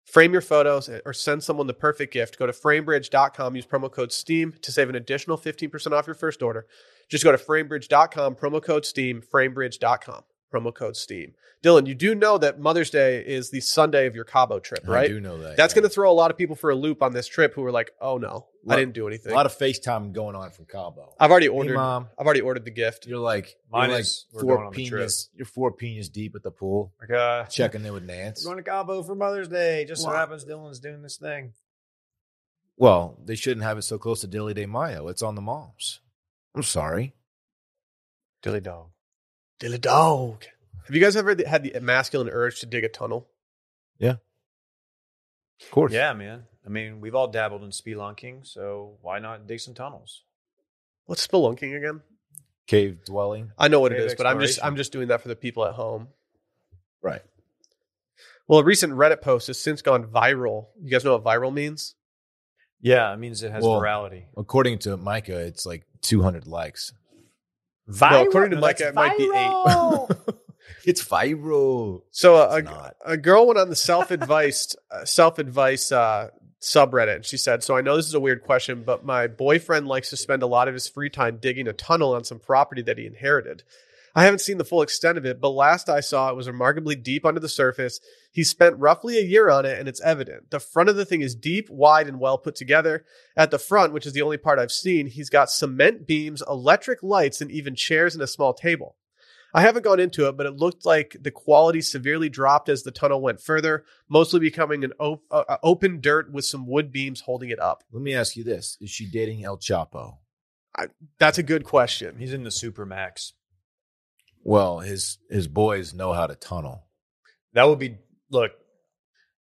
Speaker 1: Frame your photos or send someone the perfect gift. Go to framebridge.com. Use promo code STEAM to save an additional 15% off your first order. Just go to framebridge.com, promo code STEAM, framebridge.com, promo code STEAM. Dylan, you do know that Mother's Day is the Sunday of your Cabo trip,
Speaker 3: I
Speaker 1: right?
Speaker 3: do know that.
Speaker 1: That's
Speaker 3: yeah.
Speaker 1: going to throw a lot of people for a loop on this trip who were like, oh no, I
Speaker 3: Lot-
Speaker 1: didn't do anything.
Speaker 3: a lot of FaceTime going on from Cabo.
Speaker 1: I've already
Speaker 3: Hey,
Speaker 1: ordered.
Speaker 3: mom.
Speaker 1: I've already ordered the gift.
Speaker 3: You're like
Speaker 2: Mine
Speaker 3: you're
Speaker 2: is, we're
Speaker 3: like four
Speaker 2: going on the trip.
Speaker 3: penis. You're four penis deep at the pool,
Speaker 2: Like, uh,
Speaker 3: checking in with Nance.
Speaker 2: going to Cabo for Mother's Day. Just so
Speaker 3: Wow.
Speaker 2: happens Dylan's doing this thing.
Speaker 3: Well, they shouldn't have it so close to Dilly de Mayo. It's on the moms. I'm sorry.
Speaker 2: Dilly dog.
Speaker 1: Dilly dog. Have you guys ever th- had the masculine urge to dig a tunnel?
Speaker 3: Of course.
Speaker 2: Yeah, man. I mean, we've all dabbled in spelunking, so why not dig some tunnels?
Speaker 1: What's spelunking again?
Speaker 3: Cave dwelling.
Speaker 1: I know what it
Speaker 2: Cave
Speaker 1: is, but I'm just
Speaker 2: exploration.
Speaker 1: I'm just doing that for the people at home.
Speaker 3: Right.
Speaker 1: Well, a recent Reddit post has since gone viral. You guys know what viral means?
Speaker 2: Yeah, it means it has
Speaker 3: Well,
Speaker 2: virality.
Speaker 3: According to Micah, it's like 200 likes.
Speaker 2: Viral?
Speaker 1: No, according to
Speaker 2: No,
Speaker 1: Mike,
Speaker 2: that's
Speaker 1: it might be
Speaker 2: viral.
Speaker 3: It's viral.
Speaker 1: So uh,
Speaker 3: It's
Speaker 1: a,
Speaker 3: not.
Speaker 1: a girl went on the self advice uh, self advice uh, subreddit. and She said, "So I know this is a weird question, but my boyfriend likes to spend a lot of his free time digging a tunnel on some property that he inherited. I haven't seen the full extent of it, but last I saw, it was remarkably deep under the surface. He spent roughly a year on it, and it's evident. The front of the thing is deep, wide, and well put together. At the front, which is the only part I've seen, he's got cement beams, electric lights, and even chairs and a small table." I haven't gone into it, but it looked like the quality severely dropped as the tunnel went further, mostly becoming an op- uh, uh, open dirt with some wood beams holding it up.
Speaker 3: Let me ask you this. Is she dating El Chapo?
Speaker 1: That's a good question.
Speaker 2: He's in the Supermax.
Speaker 3: Well, his his boys know how to tunnel.
Speaker 2: That would be, look,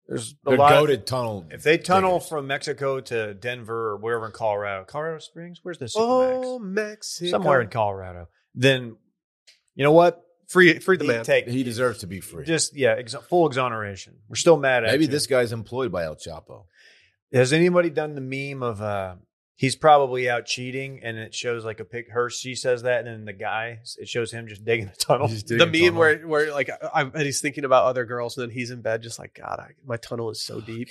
Speaker 2: there's a
Speaker 3: They're
Speaker 2: lot. of-
Speaker 3: goaded tunnel.
Speaker 2: if they tunnel
Speaker 3: diggers.
Speaker 2: from Mexico to Denver or wherever in Colorado, Colorado Springs, where's the Supermax?
Speaker 1: Oh, Mexico.
Speaker 2: Somewhere in Colorado. Then, you know what?
Speaker 1: Free, free the
Speaker 2: He'd
Speaker 1: man.
Speaker 2: Take,
Speaker 3: he deserves to be free.
Speaker 2: just, yeah, ex- full exoneration. We're still mad at
Speaker 3: Maybe
Speaker 2: you.
Speaker 3: this guy's employed by El Chapo.
Speaker 2: Has anybody done the meme of uh he's probably out cheating, and it shows like a pic. Her, she says that, and then the guy, it shows him just digging a tunnel.
Speaker 1: Oh, the meme where where like I, and he's thinking about other girls and then he's in bed just like God, I, my tunnel is so deep.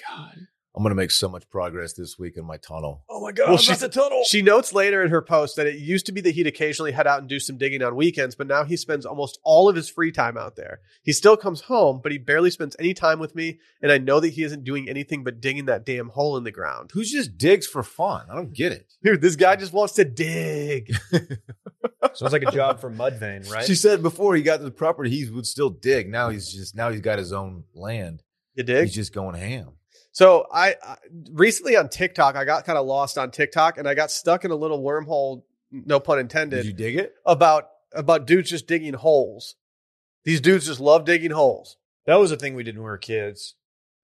Speaker 3: I'm gonna make so much progress this week in my tunnel.
Speaker 2: Oh my god!
Speaker 1: Well, she's-
Speaker 2: tunnel.
Speaker 3: Oh.
Speaker 1: She notes later in her post that it used to be that he'd occasionally head out and do some digging on weekends, but now he spends almost all of his free time out there. He still comes home, but he barely spends any time with me, and I know that he isn't doing anything but digging that damn hole in the ground.
Speaker 3: Who's just digs for fun? I don't get it.
Speaker 1: Dude, this guy just wants to dig.
Speaker 2: Sounds like a job for Mudvayne, right?
Speaker 3: She said before he got to the property, he would still dig. Now he's just now he's got his own land.
Speaker 1: You dig?
Speaker 3: He's just going ham.
Speaker 1: So I, I recently on TikTok, I got kind of lost on TikTok, and I got stuck in a little wormhole. No pun intended.
Speaker 3: Did you dig it?
Speaker 1: about about dudes just digging holes. These dudes just love digging holes.
Speaker 2: that was a thing we did when we were kids.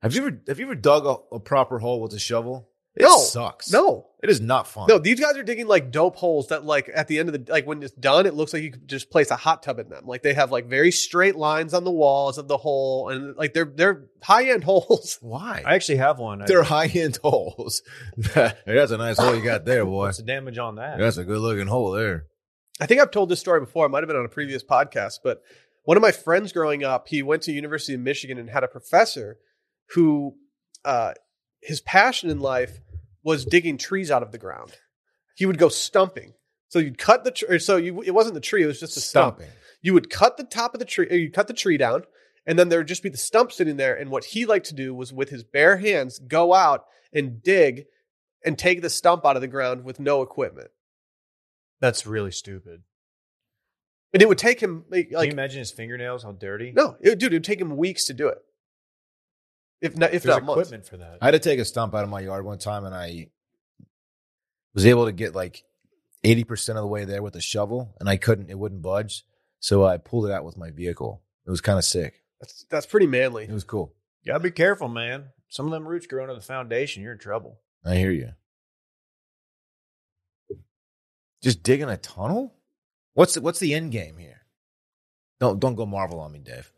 Speaker 3: Have you ever have you ever dug a, a proper hole with a shovel? It
Speaker 1: No.
Speaker 3: sucks.
Speaker 1: No,
Speaker 3: it is not fun.
Speaker 1: no, these guys are digging like dope holes that, like, at the end of the like when it's done, it looks like you could just place a hot tub in them. Like they have like very straight lines on the walls of the hole, and like they're they're high end holes.
Speaker 3: why?
Speaker 2: I actually have one. I-
Speaker 3: They're high end holes. Hey, That's a nice hole you got there, boy.
Speaker 2: What's the damage on that?
Speaker 3: That's a good looking hole there.
Speaker 1: I think I've told this story before. It might have been on a previous podcast, but one of my friends growing up, he went to University of Michigan and had a professor who uh, his passion in life was digging trees out of the ground. He would go stumping. So you'd cut the tree. So you, it wasn't the tree; it was just a stump.
Speaker 3: Stomping.
Speaker 1: You would cut the top of the tree. Or you cut the tree down, and then there would just be the stump sitting there. And what he liked to do was, with his bare hands, go out and dig and take the stump out of the ground with no equipment.
Speaker 2: That's really stupid.
Speaker 1: And it would take him like
Speaker 2: Can you imagine his fingernails? How dirty?
Speaker 1: No, it, dude, it would take him weeks to do it. If not, if
Speaker 2: There's
Speaker 1: not months.
Speaker 2: equipment for that.
Speaker 3: I had to take a stump out of my yard one time, and I was able to get like eighty percent of the way there with a shovel, and I couldn't; it wouldn't budge. So I pulled it out with my vehicle. It was kind of sick.
Speaker 1: That's, that's pretty manly.
Speaker 3: It was cool.
Speaker 2: gotta be careful, man. Some of them roots grow under the foundation. You're in trouble.
Speaker 3: I hear you. Just digging a tunnel. What's the, what's the end game here? Don't don't go Marvel on me, Dave.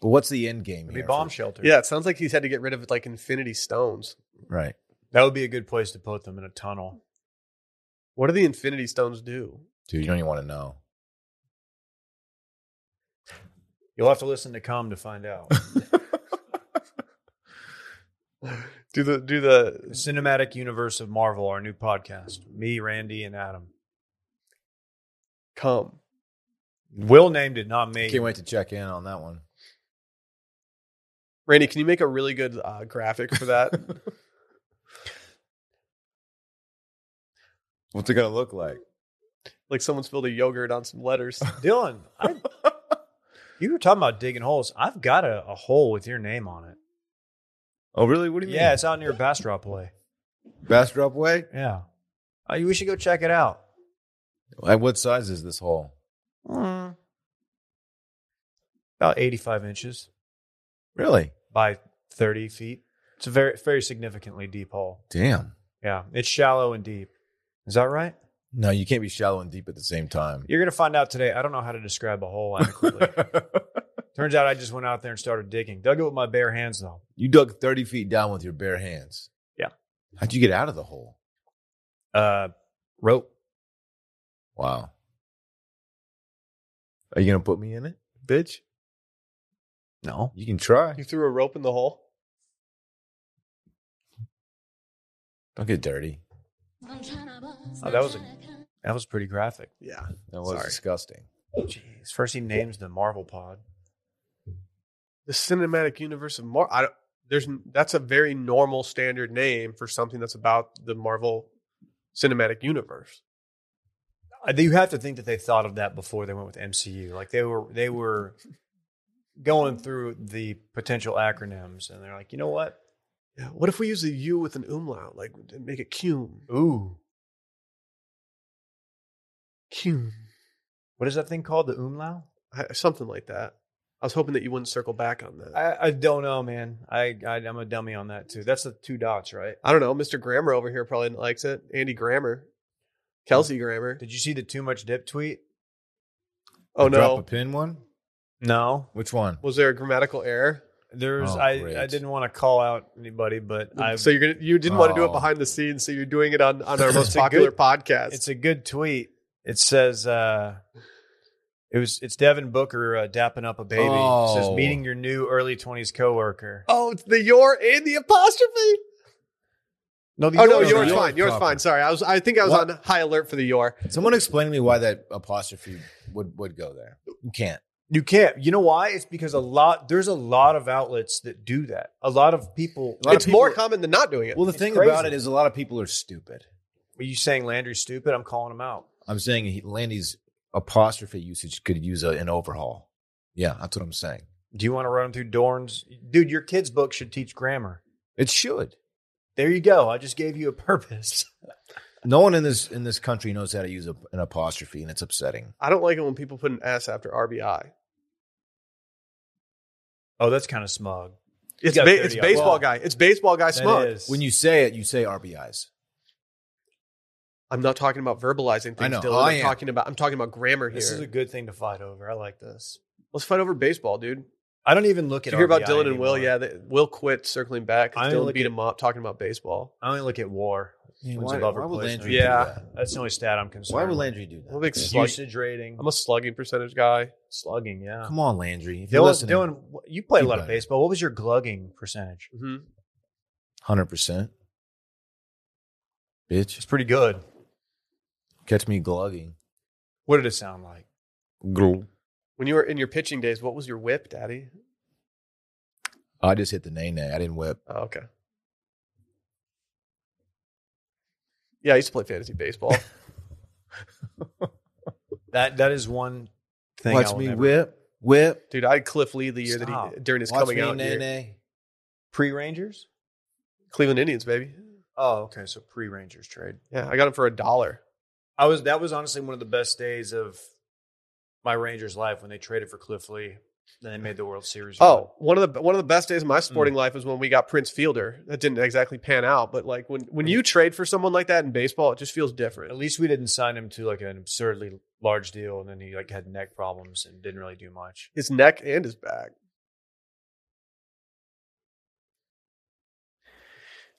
Speaker 3: But what's the end game
Speaker 2: It'd
Speaker 3: here?
Speaker 2: be
Speaker 3: for-
Speaker 2: bomb shelter.
Speaker 1: Yeah, it sounds like he's had to get rid of like infinity stones.
Speaker 3: right?
Speaker 2: that would be a good place to put them in a tunnel.
Speaker 1: What do the infinity stones do?
Speaker 3: Dude, you don't even want to know.
Speaker 2: You'll have to listen to come to find out.
Speaker 1: Do the do
Speaker 2: The
Speaker 1: the
Speaker 2: Cinematic Universe of Marvel, our new podcast. Me, Randy, and Adam.
Speaker 1: come?
Speaker 2: Will named it, not me.
Speaker 3: Can't wait to check in on that one.
Speaker 1: Randy, can you make a really good uh, graphic for that?
Speaker 3: What's it gonna look like?
Speaker 1: like someone spilled a yogurt on some letters.
Speaker 2: Dylan, I, you were talking about digging holes. I've got a, a hole with your name on it.
Speaker 3: Oh, really? What do you mean?
Speaker 2: Yeah, it's out near Bastrop Play.
Speaker 3: Bastrop Way?
Speaker 2: Yeah. Uh, we should go check it out.
Speaker 3: At what size is this hole?
Speaker 2: About 85 inches
Speaker 3: Really?
Speaker 2: by 30 feet. It's a very, very significantly deep hole.
Speaker 3: Damn.
Speaker 2: Yeah, it's shallow and deep. Is that right?
Speaker 3: No, you can't be shallow and deep at the same time.
Speaker 2: You're going to find out today. I don't know how to describe a hole adequately. Turns out I just went out there and started digging. Dug it with my bare hands, though.
Speaker 3: you dug 30 feet down with your bare hands.
Speaker 2: Yeah.
Speaker 3: How'd you get out of the hole?
Speaker 2: Uh, rope.
Speaker 3: Wow. Are you going to put me in it, bitch?
Speaker 2: No.
Speaker 3: You can try.
Speaker 1: you threw a rope in the hole.
Speaker 3: Don't get dirty.
Speaker 2: Oh, that was a, that was pretty graphic.
Speaker 1: Yeah,
Speaker 3: That was
Speaker 1: Sorry.
Speaker 3: disgusting.
Speaker 2: Jeez. First he names the Marvel pod.
Speaker 1: the cinematic universe of Mar. I don't, there's that's a very normal standard name for something that's about the Marvel cinematic universe.
Speaker 2: I, Uh, you have to think that they thought of that before they went with MCU. Like they were they were going through the potential acronyms, and they're like, you know what?
Speaker 1: Yeah. What if we use a U with an umlaut, like to make it cum?
Speaker 2: Ooh,
Speaker 1: Cum.
Speaker 2: what is that thing called? The umlau?
Speaker 1: I- Something like that. I was hoping that you wouldn't circle back on that. I,
Speaker 2: I, I don't know, man. I, I I'm a dummy on that too. That's the two dots, right?
Speaker 1: don't know. Mr. Grammar over here probably likes it. Andy Grammar. Kelsey Grammar.
Speaker 2: Did you see the too much dip tweet?
Speaker 1: Oh,
Speaker 3: Drop a
Speaker 1: no.
Speaker 3: pin one?
Speaker 2: No,
Speaker 3: Which one?
Speaker 1: Was there a grammatical error?
Speaker 2: There's
Speaker 3: Oh, great.
Speaker 2: I, I didn't want to call out anybody, but I
Speaker 1: so you're gonna you didn't want to do it
Speaker 3: Oh.
Speaker 1: behind the scenes, so you're doing it on on our most
Speaker 2: It's a
Speaker 1: popular
Speaker 2: good-
Speaker 1: podcast.
Speaker 2: it's a good tweet. It says uh it was it's Devin Booker uh, dapping up a baby. It says
Speaker 3: Oh.
Speaker 2: meeting your new early 20s coworker.
Speaker 1: oh, it's the your and the apostrophe.
Speaker 2: No, the
Speaker 1: Oh no,
Speaker 3: yours
Speaker 1: yours
Speaker 3: are
Speaker 1: fine. Yours
Speaker 3: proper.
Speaker 1: fine. Sorry, I was. I think I was
Speaker 3: What?
Speaker 1: on high alert for the your.
Speaker 3: Someone explain to me why that apostrophe would would go there. You can't.
Speaker 2: You can't. You know why? It's because a lot there's a lot of outlets that do that. A lot of people.
Speaker 3: lot of
Speaker 1: It's more
Speaker 3: people-
Speaker 1: common than not doing it.
Speaker 3: Well, the
Speaker 2: It's
Speaker 3: thing
Speaker 2: crazy.
Speaker 3: about it is a lot of people are stupid.
Speaker 2: Are you saying Landry's stupid? I'm calling him out.
Speaker 3: I'm saying he, Landy's apostrophe usage could use a, an overhaul. Yeah, that's what I'm saying.
Speaker 2: Do you want to run him through Dorn's? Dude, your kids' book should teach grammar.
Speaker 3: It should.
Speaker 2: There you go. I just gave you a purpose.
Speaker 3: No one in this in this country knows how to use a, an apostrophe, and it's upsetting.
Speaker 1: I don't like it when people put an S after RBI.
Speaker 2: Oh, that's kind of smug.
Speaker 1: It's
Speaker 2: got
Speaker 1: ba-
Speaker 2: 30
Speaker 1: it's
Speaker 2: out.
Speaker 1: baseball
Speaker 2: Well,
Speaker 1: guy. It's baseball guy
Speaker 2: That
Speaker 1: smug.
Speaker 2: is
Speaker 3: When you say it, you say RBIs.
Speaker 1: I'm not talking about verbalizing things,
Speaker 3: I know.
Speaker 1: Dylan.
Speaker 3: I
Speaker 1: I'm
Speaker 3: am.
Speaker 1: talking about I'm talking about grammar here.
Speaker 2: This is a good thing to fight over. I like this.
Speaker 1: Let's fight over baseball, dude.
Speaker 2: I don't even look
Speaker 1: Did
Speaker 2: at.
Speaker 1: you hear about
Speaker 2: RBI
Speaker 1: Dylan and Will?
Speaker 2: anymore.
Speaker 1: Yeah, they, Will quit circling back. 'cause
Speaker 2: I only
Speaker 1: Dylan
Speaker 2: look
Speaker 1: beat
Speaker 2: at-
Speaker 1: him up talking about baseball.
Speaker 2: I only look at WAR. Wins
Speaker 3: why,
Speaker 2: above
Speaker 3: why would
Speaker 2: replacement.
Speaker 3: Landry
Speaker 1: Yeah.
Speaker 3: do that?
Speaker 2: That's the only stat I'm concerned.
Speaker 3: Why would
Speaker 2: with.
Speaker 3: Landry do
Speaker 1: I'm a
Speaker 3: that?
Speaker 1: big slug.
Speaker 2: usage rating?
Speaker 1: I'm a slugging percentage guy.
Speaker 2: slugging. Yeah.
Speaker 3: Come on, Landry. If you're
Speaker 2: Dylan,
Speaker 3: listening,
Speaker 2: Dylan, you played a
Speaker 3: Keep
Speaker 2: lot of
Speaker 3: going.
Speaker 2: baseball. What was your glugging percentage?
Speaker 1: hmm
Speaker 3: hundred percent, bitch,
Speaker 2: It's pretty good.
Speaker 3: catch me glugging.
Speaker 2: What did it sound like?
Speaker 3: Glug.
Speaker 1: When you were in your pitching days, what was your whip, Daddy?
Speaker 3: I just hit the nay nay. I didn't whip.
Speaker 1: Oh, okay. Yeah, I used to play fantasy baseball.
Speaker 2: That that is one thing. I
Speaker 3: Watch
Speaker 2: will
Speaker 3: me
Speaker 2: never-
Speaker 3: whip, whip.
Speaker 1: Dude, I had Cliff Lee the year that he
Speaker 2: Stop.
Speaker 1: during his
Speaker 3: Watch
Speaker 1: coming
Speaker 3: me
Speaker 1: out
Speaker 3: nay
Speaker 1: year.
Speaker 3: nay.
Speaker 2: Pre Rangers.
Speaker 1: Cleveland Indians, baby.
Speaker 2: Oh, okay. So pre Rangers trade.
Speaker 1: Yeah, I got him for a dollar.
Speaker 2: I was that was honestly one of the best days of my Rangers life when they traded for Cliff Lee. Then they made the World Series. run.
Speaker 1: Oh, one of the one of the best days of my sporting life was when we got Prince Fielder. That didn't exactly pan out, but like when when you trade for someone like that in baseball, it just feels
Speaker 2: at
Speaker 1: different.
Speaker 2: least we didn't sign him to like an absurdly large deal, and then he like had neck problems and didn't really do much.
Speaker 1: His neck and his back.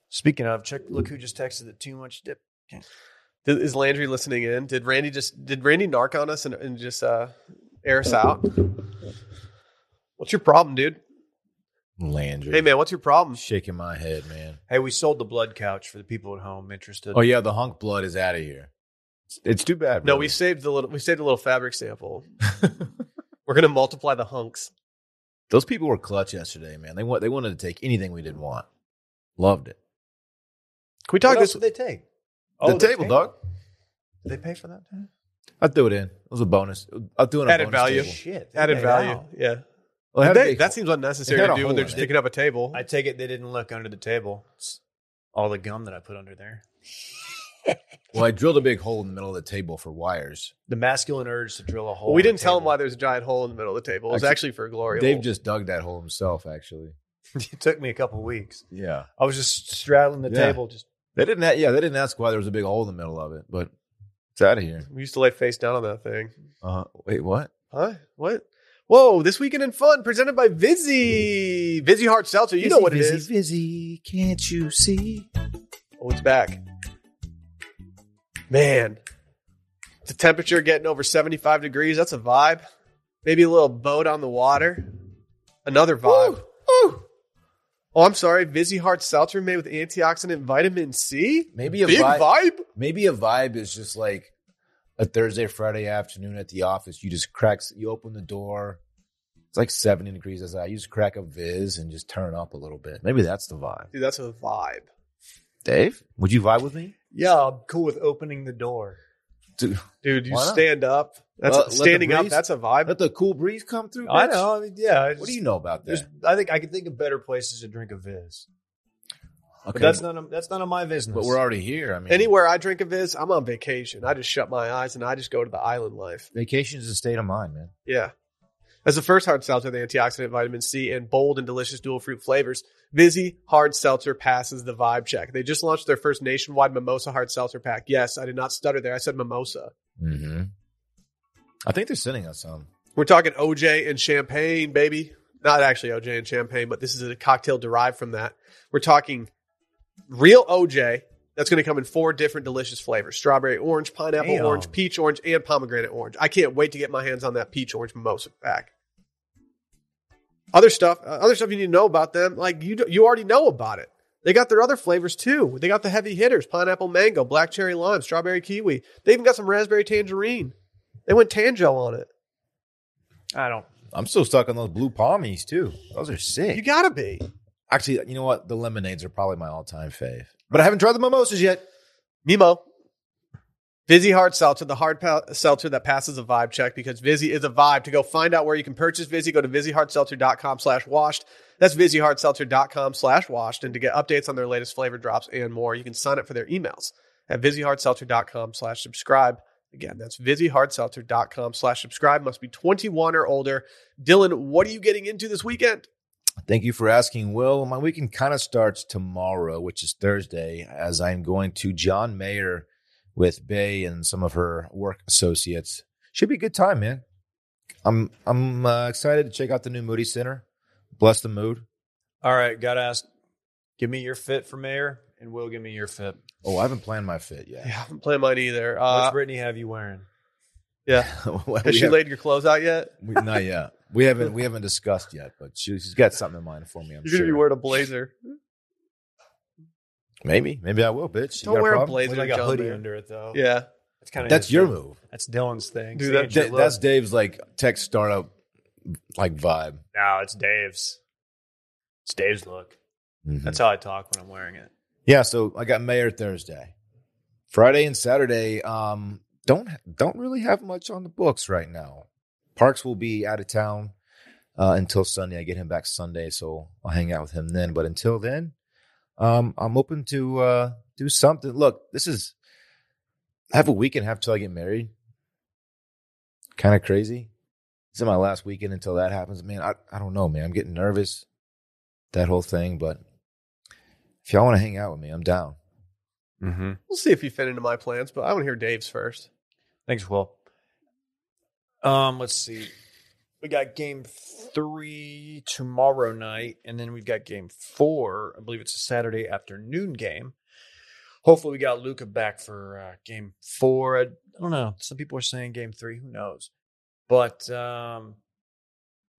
Speaker 2: Speaking of, check. Look who just texted it. Too much dip.
Speaker 1: Did, is Landry listening in? Did Randy just did Randy narc on us and, and just uh, air us out? What's your problem, dude?
Speaker 3: Landry.
Speaker 1: Hey man, what's your problem?
Speaker 3: shaking my head, man.
Speaker 2: Hey, we sold the blood couch for the people at home interested.
Speaker 3: Oh yeah, the hunk blood is out of here. It's, it's too bad.
Speaker 1: No,
Speaker 3: brother.
Speaker 1: we saved the little we saved a little fabric sample. We're gonna multiply the hunks.
Speaker 3: Those people were clutch yesterday, man. They want they wanted to take anything we didn't want. Loved it.
Speaker 1: Can we
Speaker 2: What
Speaker 1: talk this?
Speaker 2: else did they take?
Speaker 3: the table,
Speaker 2: table.
Speaker 3: dog.
Speaker 2: Did they pay for that?
Speaker 3: I threw it in. It was a bonus. I threw in a
Speaker 1: Added
Speaker 3: bonus
Speaker 1: value.
Speaker 3: table.
Speaker 2: Shit, they
Speaker 1: Added
Speaker 2: paid
Speaker 1: value,
Speaker 2: out.
Speaker 1: yeah.
Speaker 3: Well, how
Speaker 1: Did
Speaker 3: did
Speaker 1: they-
Speaker 3: they-
Speaker 1: that seems
Speaker 3: They
Speaker 1: unnecessary
Speaker 3: had
Speaker 1: to
Speaker 3: a
Speaker 1: do when
Speaker 3: hole
Speaker 1: they're
Speaker 3: in
Speaker 1: just
Speaker 3: it.
Speaker 1: picking up a table.
Speaker 2: I take it they didn't look under the table. It's all the gum that I put under there.
Speaker 3: well, I drilled a big hole in the middle of the table for wires.
Speaker 2: The masculine urge to drill a hole.
Speaker 1: Well, we
Speaker 2: in the
Speaker 1: didn't tell him
Speaker 2: table.
Speaker 1: why there was a giant hole in the middle of the table. It was
Speaker 3: Actually,
Speaker 1: actually for a glory.
Speaker 3: Dave
Speaker 1: hole.
Speaker 3: just dug that hole himself, actually.
Speaker 2: it took me a couple weeks.
Speaker 3: Yeah.
Speaker 2: I was just straddling the
Speaker 3: Yeah.
Speaker 2: table. Just
Speaker 3: They didn't. a- yeah, they didn't ask why there was a big hole in the middle of it, but it's out of here.
Speaker 1: we used to lay face down on that thing.
Speaker 3: Uh, wait, what?
Speaker 1: Huh? What? Whoa! This weekend in fun, presented by Vizzy Vizzy Hard Seltzer. You know what it is.
Speaker 3: Busy, can't you see?
Speaker 1: Oh, it's back. Man, the temperature getting over seventy-five degrees. That's a vibe. Maybe a little boat on the water. Another vibe. Oh, I'm sorry. Vizzy Hard Seltzer made with antioxidant vitamin C.
Speaker 3: Maybe a
Speaker 1: Big
Speaker 3: vibe.
Speaker 1: vibe.
Speaker 3: Maybe a vibe is just like a Thursday, Friday afternoon at the office. You just crack, you open the door. It's like 70 degrees outside. You just crack a viz and just turn up a little bit. Maybe that's the vibe.
Speaker 1: Dude, that's a vibe.
Speaker 3: Dave, would you vibe with me?
Speaker 2: yeah, I'm cool with opening the door.
Speaker 3: Dude,
Speaker 1: Dude, you
Speaker 3: Why not?
Speaker 1: stand up. That's
Speaker 3: Uh, let the
Speaker 1: standing up.
Speaker 3: breeze-
Speaker 1: That's a vibe.
Speaker 3: let the cool breeze come through.
Speaker 2: I
Speaker 3: bitch.
Speaker 2: know. I mean, yeah. I
Speaker 3: What
Speaker 2: just-
Speaker 3: do you know about
Speaker 2: there's-
Speaker 3: that?
Speaker 2: I think I can think of better places to drink a viz,
Speaker 3: Okay,
Speaker 2: but that's none. Of, that's none of my business.
Speaker 3: but we're already here. I mean,
Speaker 1: Anywhere I drink a Viz, I'm on vacation. I just shut my eyes and I just go to the island life.
Speaker 3: vacation is a state of mind, man.
Speaker 1: Yeah. As the first hard seltzer, the antioxidant vitamin C and bold and delicious dual fruit flavors, Vizzy Hard Seltzer passes the vibe check. They just launched their first nationwide mimosa hard seltzer pack. Yes, I did not stutter there. I said mimosa.
Speaker 3: Mm-hmm. I think they're sending us some.
Speaker 1: We're talking OJ and champagne, baby. not actually OJ and champagne, but this is a cocktail derived from that. We're talking real OJ that's going to come in four different delicious flavors strawberry, orange, pineapple,
Speaker 2: Damn.
Speaker 1: orange, peach, orange, and pomegranate orange. I can't wait to get my hands on that peach orange mimosa pack. Other stuff, uh, other stuff you need to know about them, like you, do- you already know about it. They got their other flavors too. They got the heavy hitters pineapple, mango, black cherry, lime, strawberry, kiwi. They even got some raspberry tangerine. They went Tanjo on it.
Speaker 2: I don't.
Speaker 3: I'm still stuck on those blue palmies too. Those are sick.
Speaker 1: You gotta be.
Speaker 3: Actually, you know what? The lemonades are probably my all-time fave. But I haven't tried the mimosas yet.
Speaker 1: Mimo. Vizzy Hard Seltzer, the hard pa- seltzer that passes a vibe check because Vizzy is a vibe. To go find out where you can purchase Vizzy, go to VizzyHardSeltzer.com slash washed. That's VizzyHardSeltzer.com slash washed. And to get updates on their latest flavor drops and more, you can sign up for their emails at VizzyHardSeltzer.com slash subscribe. Again, that's VizzyHardSeltzer.com slash subscribe. Must be 21 or older. Dylan, what are you getting into this weekend?
Speaker 3: Thank you for asking, Will. My weekend kind of starts tomorrow, which is Thursday, as I'm going to John Mayer with Bay and some of her work associates. Should be a good time, man. I'm I'm uh, excited to check out the new Moody Center. Bless the mood.
Speaker 2: All right, gotta ask. Give me your fit for mayor, and Will give me your fit.
Speaker 3: Oh, I haven't planned my fit yet.
Speaker 1: Yeah, I haven't planned mine either.
Speaker 2: What's
Speaker 1: Uh,
Speaker 2: Brittany have you wearing?
Speaker 1: yeah.
Speaker 3: We
Speaker 1: Has she
Speaker 3: haven't-
Speaker 1: laid your clothes out yet?
Speaker 3: we- not yet. We haven't we haven't discussed yet, but she, she's got something in mind for me.
Speaker 1: You're
Speaker 3: I'm
Speaker 1: going to be
Speaker 3: sure.
Speaker 1: wearing a blazer.
Speaker 3: Maybe maybe I will, bitch. You
Speaker 1: Don't
Speaker 3: got
Speaker 1: wear a
Speaker 3: problem?
Speaker 1: blazer,
Speaker 2: With like a
Speaker 1: John
Speaker 2: hoodie
Speaker 1: Mayer.
Speaker 2: under it though.
Speaker 1: Yeah.
Speaker 2: that's kind of
Speaker 3: That's your move.
Speaker 2: That's Dylan's thing.
Speaker 1: Dude, that-
Speaker 2: Signature
Speaker 3: Da-
Speaker 2: look.
Speaker 3: that's Dave's like tech startup like vibe.
Speaker 2: no, it's Dave's. It's Dave's look.
Speaker 3: Mhm.
Speaker 2: That's how I talk when I'm wearing it.
Speaker 3: Yeah, so I got Mayor Thursday, Friday and Saturday. Um, don't don't really have much on the books right now. Parks will be out of town uh, until Sunday. I get him back Sunday, so I'll hang out with him then. But until then, um, I'm open to uh, do something. Look, this is I have a week and a half till I get married. Kind of crazy. This is my last weekend until that happens. Man, I, I don't know, man. I'm getting nervous. That whole thing, but if y'all want to hang out with me, I'm down.
Speaker 2: Mm-hmm.
Speaker 1: We'll see if you fit into my plans, but I want to hear Dave's first.
Speaker 2: Thanks, Will. Um, let's see. We got game three tomorrow night, and then we've got game four. I believe it's a Saturday afternoon game. Hopefully, we got Luca back for uh, game four. I, I don't know. Some people are saying game three. Who knows? But um,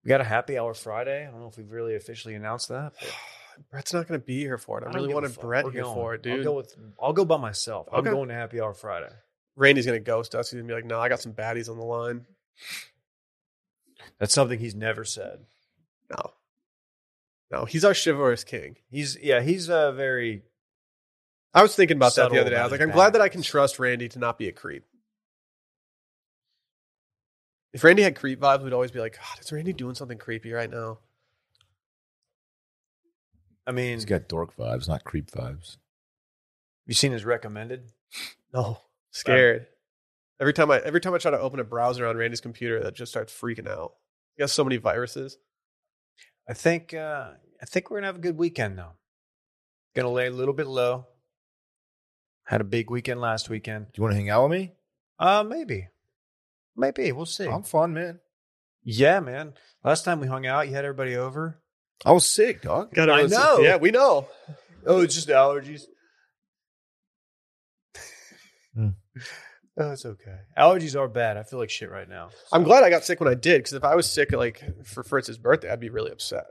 Speaker 2: we got a happy hour Friday. I don't know if we've really officially announced that. but
Speaker 1: Brett's not going to be here for it. I,
Speaker 2: don't
Speaker 1: really
Speaker 2: give a
Speaker 1: wanted
Speaker 2: fuck.
Speaker 1: Brett
Speaker 2: We're
Speaker 1: here
Speaker 2: going.
Speaker 1: for it,
Speaker 2: I'll
Speaker 1: dude.
Speaker 2: go with. I'll go by myself.
Speaker 1: Okay.
Speaker 2: I'm going to happy hour Friday.
Speaker 1: Randy's going to ghost us. He's going to be like, no, I got some baddies on the line.
Speaker 2: That's something he's never said.
Speaker 1: No. No, he's our chivalrous king.
Speaker 2: He's yeah. He's uh, very
Speaker 1: I was thinking about that
Speaker 2: Subtle
Speaker 1: the other day. I was
Speaker 2: about
Speaker 1: like, I'm
Speaker 2: his
Speaker 1: glad that I can
Speaker 2: baddies.
Speaker 1: trust Randy to not be a creep. If Randy had creep vibes, we'd always be like, God, is Randy doing something creepy right now?
Speaker 2: I mean,
Speaker 3: He's got dork vibes, not creep vibes.
Speaker 2: you seen his recommended?
Speaker 1: No. Scared. every time I every time I try to open a browser on Randy's computer, that just starts freaking out. He got so many viruses.
Speaker 2: I think uh, I think we're gonna have a good weekend though. Gonna lay a little bit low. Had a big weekend last weekend.
Speaker 3: Do you want to hang out with me?
Speaker 2: Uh, maybe, maybe we'll see.
Speaker 3: I'm fun, man.
Speaker 2: yeah, man. Last time we hung out, you had everybody over.
Speaker 3: I was sick, dog.
Speaker 1: God,
Speaker 2: I
Speaker 1: was-
Speaker 2: know.
Speaker 1: Yeah, we know.
Speaker 2: Oh, it's just allergies.
Speaker 3: Hmm.
Speaker 2: Oh, it's okay. Allergies are bad. I feel like shit right now.
Speaker 1: I'm glad I got sick when I did because if I was sick like for Fritz's birthday, I'd be really upset.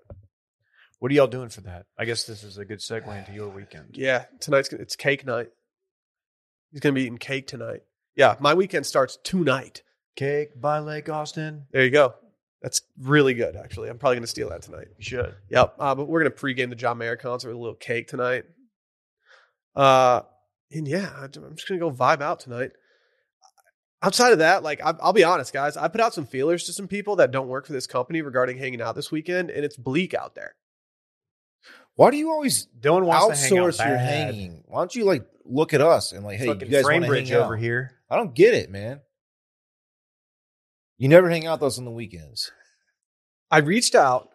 Speaker 2: What are y'all doing for that? I guess this is a good segue into your weekend.
Speaker 1: Yeah, tonight's it's cake night. He's gonna be eating cake tonight. Yeah, my weekend starts tonight.
Speaker 2: Cake by Lake Austin.
Speaker 1: There you go. That's really good, actually. I'm probably gonna steal that tonight.
Speaker 2: You should.
Speaker 1: Yep. Uh, but we're gonna pregame the John Mayer concert with a little cake tonight. Uh, and yeah, I- I'm just gonna go vibe out tonight. Outside of that, like I, I'll be honest, guys, I put out some feelers to some people that don't work for this company regarding hanging out this weekend, and it's bleak out there.
Speaker 3: Why do you always
Speaker 2: Dylan wants to hang out
Speaker 3: outsource your
Speaker 2: bad.
Speaker 3: hanging? Why don't you like look at us and like, hey,
Speaker 2: Fucking
Speaker 3: you guys want
Speaker 2: frame
Speaker 3: to hang
Speaker 2: bridge
Speaker 3: out?
Speaker 2: over here.
Speaker 3: I don't get it, man. You never hang out with us on the weekends.
Speaker 1: I reached out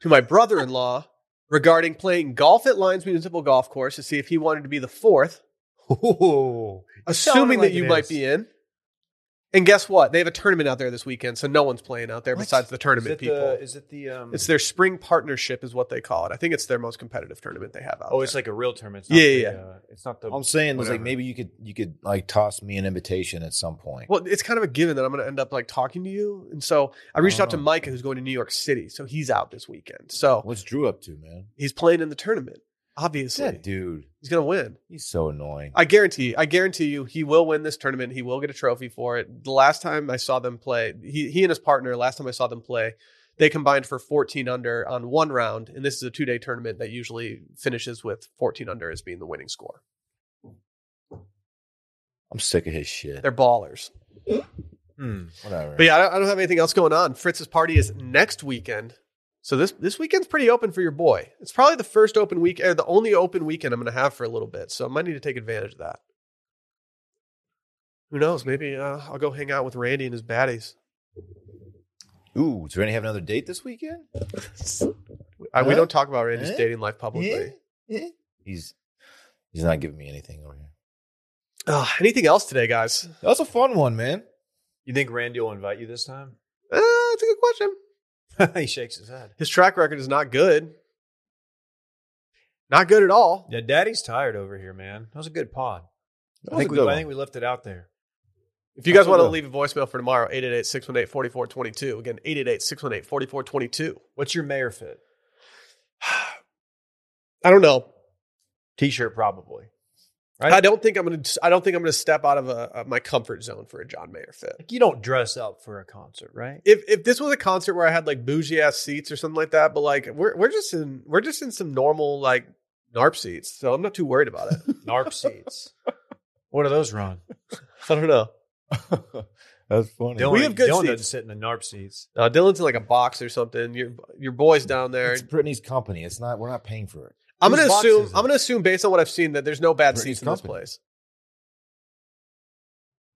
Speaker 1: to my brother in law regarding playing golf at Lyons Municipal Golf Course to see if he wanted to be the fourth,
Speaker 2: Ooh.
Speaker 1: assuming
Speaker 2: like
Speaker 1: that
Speaker 2: it
Speaker 1: you might
Speaker 2: is.
Speaker 1: be in. And guess what? They have a tournament out there this weekend, so no one's playing out there
Speaker 2: What?
Speaker 1: besides the
Speaker 2: Is
Speaker 1: tournament
Speaker 2: it
Speaker 1: people.
Speaker 2: the? Is it the? Um,
Speaker 1: it's their spring partnership, is what they call it. I think it's their most competitive tournament they have out
Speaker 2: oh,
Speaker 1: there.
Speaker 2: it's like a real tournament. It's
Speaker 1: Yeah,
Speaker 2: the,
Speaker 1: yeah, yeah.
Speaker 2: Uh, it's not the.
Speaker 3: I'm saying was like
Speaker 2: Whatever.
Speaker 3: maybe you could you could like toss me an invitation at some point.
Speaker 1: Well, it's kind of a given that I'm going to end up like talking to you. And so I reached out to
Speaker 3: Oh.
Speaker 1: Micah, who's going to New York City. So he's out this weekend. So
Speaker 3: What's Drew up to, man?
Speaker 1: he's playing in the tournament. Obviously,
Speaker 3: That dude,
Speaker 1: he's going to win.
Speaker 3: he's so annoying.
Speaker 1: I guarantee. I guarantee you, he will win this tournament. He will get a trophy for it. The last time I saw them play, he he and his partner. Last time I saw them play, they combined for 14 under on one round, and this is a two day tournament that usually finishes with 14 under as being the winning score.
Speaker 3: I'm sick of his shit.
Speaker 1: They're ballers.
Speaker 2: Hmm.
Speaker 3: Whatever.
Speaker 1: But yeah, I don't, I don't have anything else going on. Fritz's party is next weekend. So this this weekend's pretty open for your boy. It's probably the first open week or the only open weekend I'm going to have for a little bit. So I might need to take advantage of that. Who knows? Maybe uh, I'll go hang out with Randy and his baddies.
Speaker 3: Ooh, do Randy have another date this weekend?
Speaker 1: I, We
Speaker 3: Huh?
Speaker 1: don't talk about Randy's
Speaker 3: Huh?
Speaker 1: dating life publicly.
Speaker 3: Yeah. He's he's not giving me anything over here.
Speaker 1: Ugh, anything else today, guys?
Speaker 3: That was a fun one, man.
Speaker 2: You think Randy will invite you this time?
Speaker 1: Uh, that's a good question.
Speaker 2: he shakes his head.
Speaker 1: His track record is not good. Not good at all.
Speaker 2: Yeah, Daddy's tired over here, man. That was a good pod.
Speaker 3: That
Speaker 2: I
Speaker 3: was a
Speaker 2: think, we,
Speaker 3: good
Speaker 2: I
Speaker 3: one.
Speaker 2: think we left it out there.
Speaker 1: If you guys want to
Speaker 3: Absolutely.
Speaker 1: leave a voicemail for tomorrow, 888 618 4422. Again, 888 618 4422.
Speaker 2: What's your mayor fit?
Speaker 1: I don't know.
Speaker 2: T-shirt, probably. Right?
Speaker 1: I don't think I'm gonna. I don't think I'm gonna step out of a, of my comfort zone for a John Mayer fit.
Speaker 2: Like you don't dress up for a concert, right?
Speaker 1: If if this was a concert where I had like bougie ass seats or something like that, but like we're we're just in we're just in some normal like NARP seats, so I'm not too worried about it.
Speaker 2: NARP seats. What do those run?
Speaker 1: I don't know.
Speaker 3: That's funny.
Speaker 2: Dylan,
Speaker 1: We have good
Speaker 2: Dylan
Speaker 1: seats.
Speaker 2: doesn't sit in the NARP seats.
Speaker 1: Uh, Dylan's in like a box or something. Your your boys down there.
Speaker 3: It's Brittany's company. It's not. We're not paying for it.
Speaker 1: I'm gonna
Speaker 2: whose box
Speaker 1: assume
Speaker 2: is it?
Speaker 1: I'm gonna assume based on what I've seen that there's no bad
Speaker 3: Britney's
Speaker 1: seats in
Speaker 3: company.
Speaker 1: this place.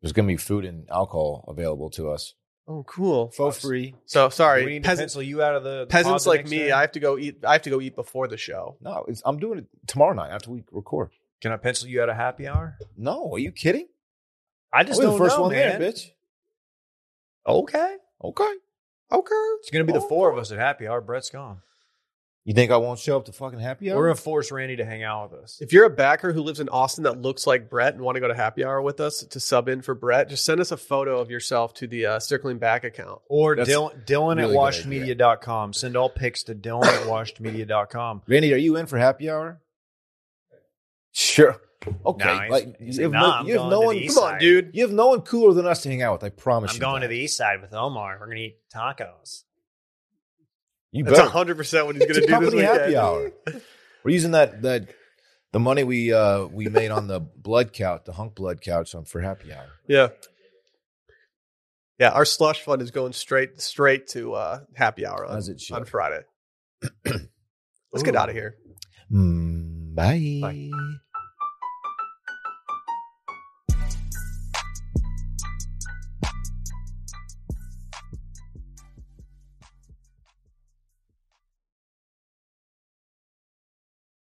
Speaker 3: There's going to be food and alcohol available to us
Speaker 1: Oh, cool.
Speaker 3: for free.
Speaker 1: So sorry,
Speaker 2: we need to
Speaker 1: peasants.
Speaker 2: pencil you out of the
Speaker 1: Peasants like me, I
Speaker 2: I
Speaker 1: have to go eat. I have to go eat before the show.
Speaker 3: No, it's, I'm doing it tomorrow night after we record.
Speaker 2: can I pencil you out of happy hour?
Speaker 3: No, are you kidding?
Speaker 2: I just
Speaker 3: We're
Speaker 2: don't
Speaker 3: the first
Speaker 2: know,
Speaker 3: one
Speaker 2: man.
Speaker 3: there, bitch.
Speaker 2: Okay,
Speaker 3: Okay.
Speaker 1: Okay.
Speaker 2: it's gonna be the four of us at happy hour. Brett's gone.
Speaker 3: You think I won't show up to fucking happy hour?
Speaker 2: We're gonna force Randy to hang out with us.
Speaker 1: If you're a backer who lives in Austin that looks like Brett and want to go to happy hour with us to sub in for Brett, just send us a photo of yourself to the uh, circling back account.
Speaker 2: Or
Speaker 3: That's
Speaker 2: Dylan, Dylan
Speaker 3: really
Speaker 2: at
Speaker 3: good
Speaker 2: washedmedia.com. Send all pics to Dylan at washedmedia.com.
Speaker 3: Randy, are you in for happy hour? Sure. Okay.
Speaker 2: Nah, he's-
Speaker 3: like
Speaker 2: he's
Speaker 3: you have
Speaker 2: like,
Speaker 3: no,
Speaker 2: nah, I'm
Speaker 3: you
Speaker 2: going
Speaker 3: have no
Speaker 2: to
Speaker 3: one.
Speaker 2: the east
Speaker 3: Come on,
Speaker 2: side.
Speaker 3: dude. You have no one cooler than us to hang out with. I promise
Speaker 2: I'm
Speaker 3: you.
Speaker 2: going to
Speaker 3: that.
Speaker 2: the east side with Omar. We're gonna eat tacos.
Speaker 3: You
Speaker 1: That's
Speaker 3: better.
Speaker 1: hundred percent what he's
Speaker 3: It's
Speaker 1: going to do
Speaker 3: a
Speaker 1: this
Speaker 3: company
Speaker 1: weekend.
Speaker 3: happy hour. We're using that that the money we uh we made on the blood couch, the hunk blood couch, on for happy hour.
Speaker 1: Yeah, yeah. Our slush fund is going straight straight to uh, happy hour on,
Speaker 3: As it should.
Speaker 1: on Friday. Let's get
Speaker 2: Ooh.
Speaker 1: out of here.
Speaker 3: Mm, bye.
Speaker 2: Bye.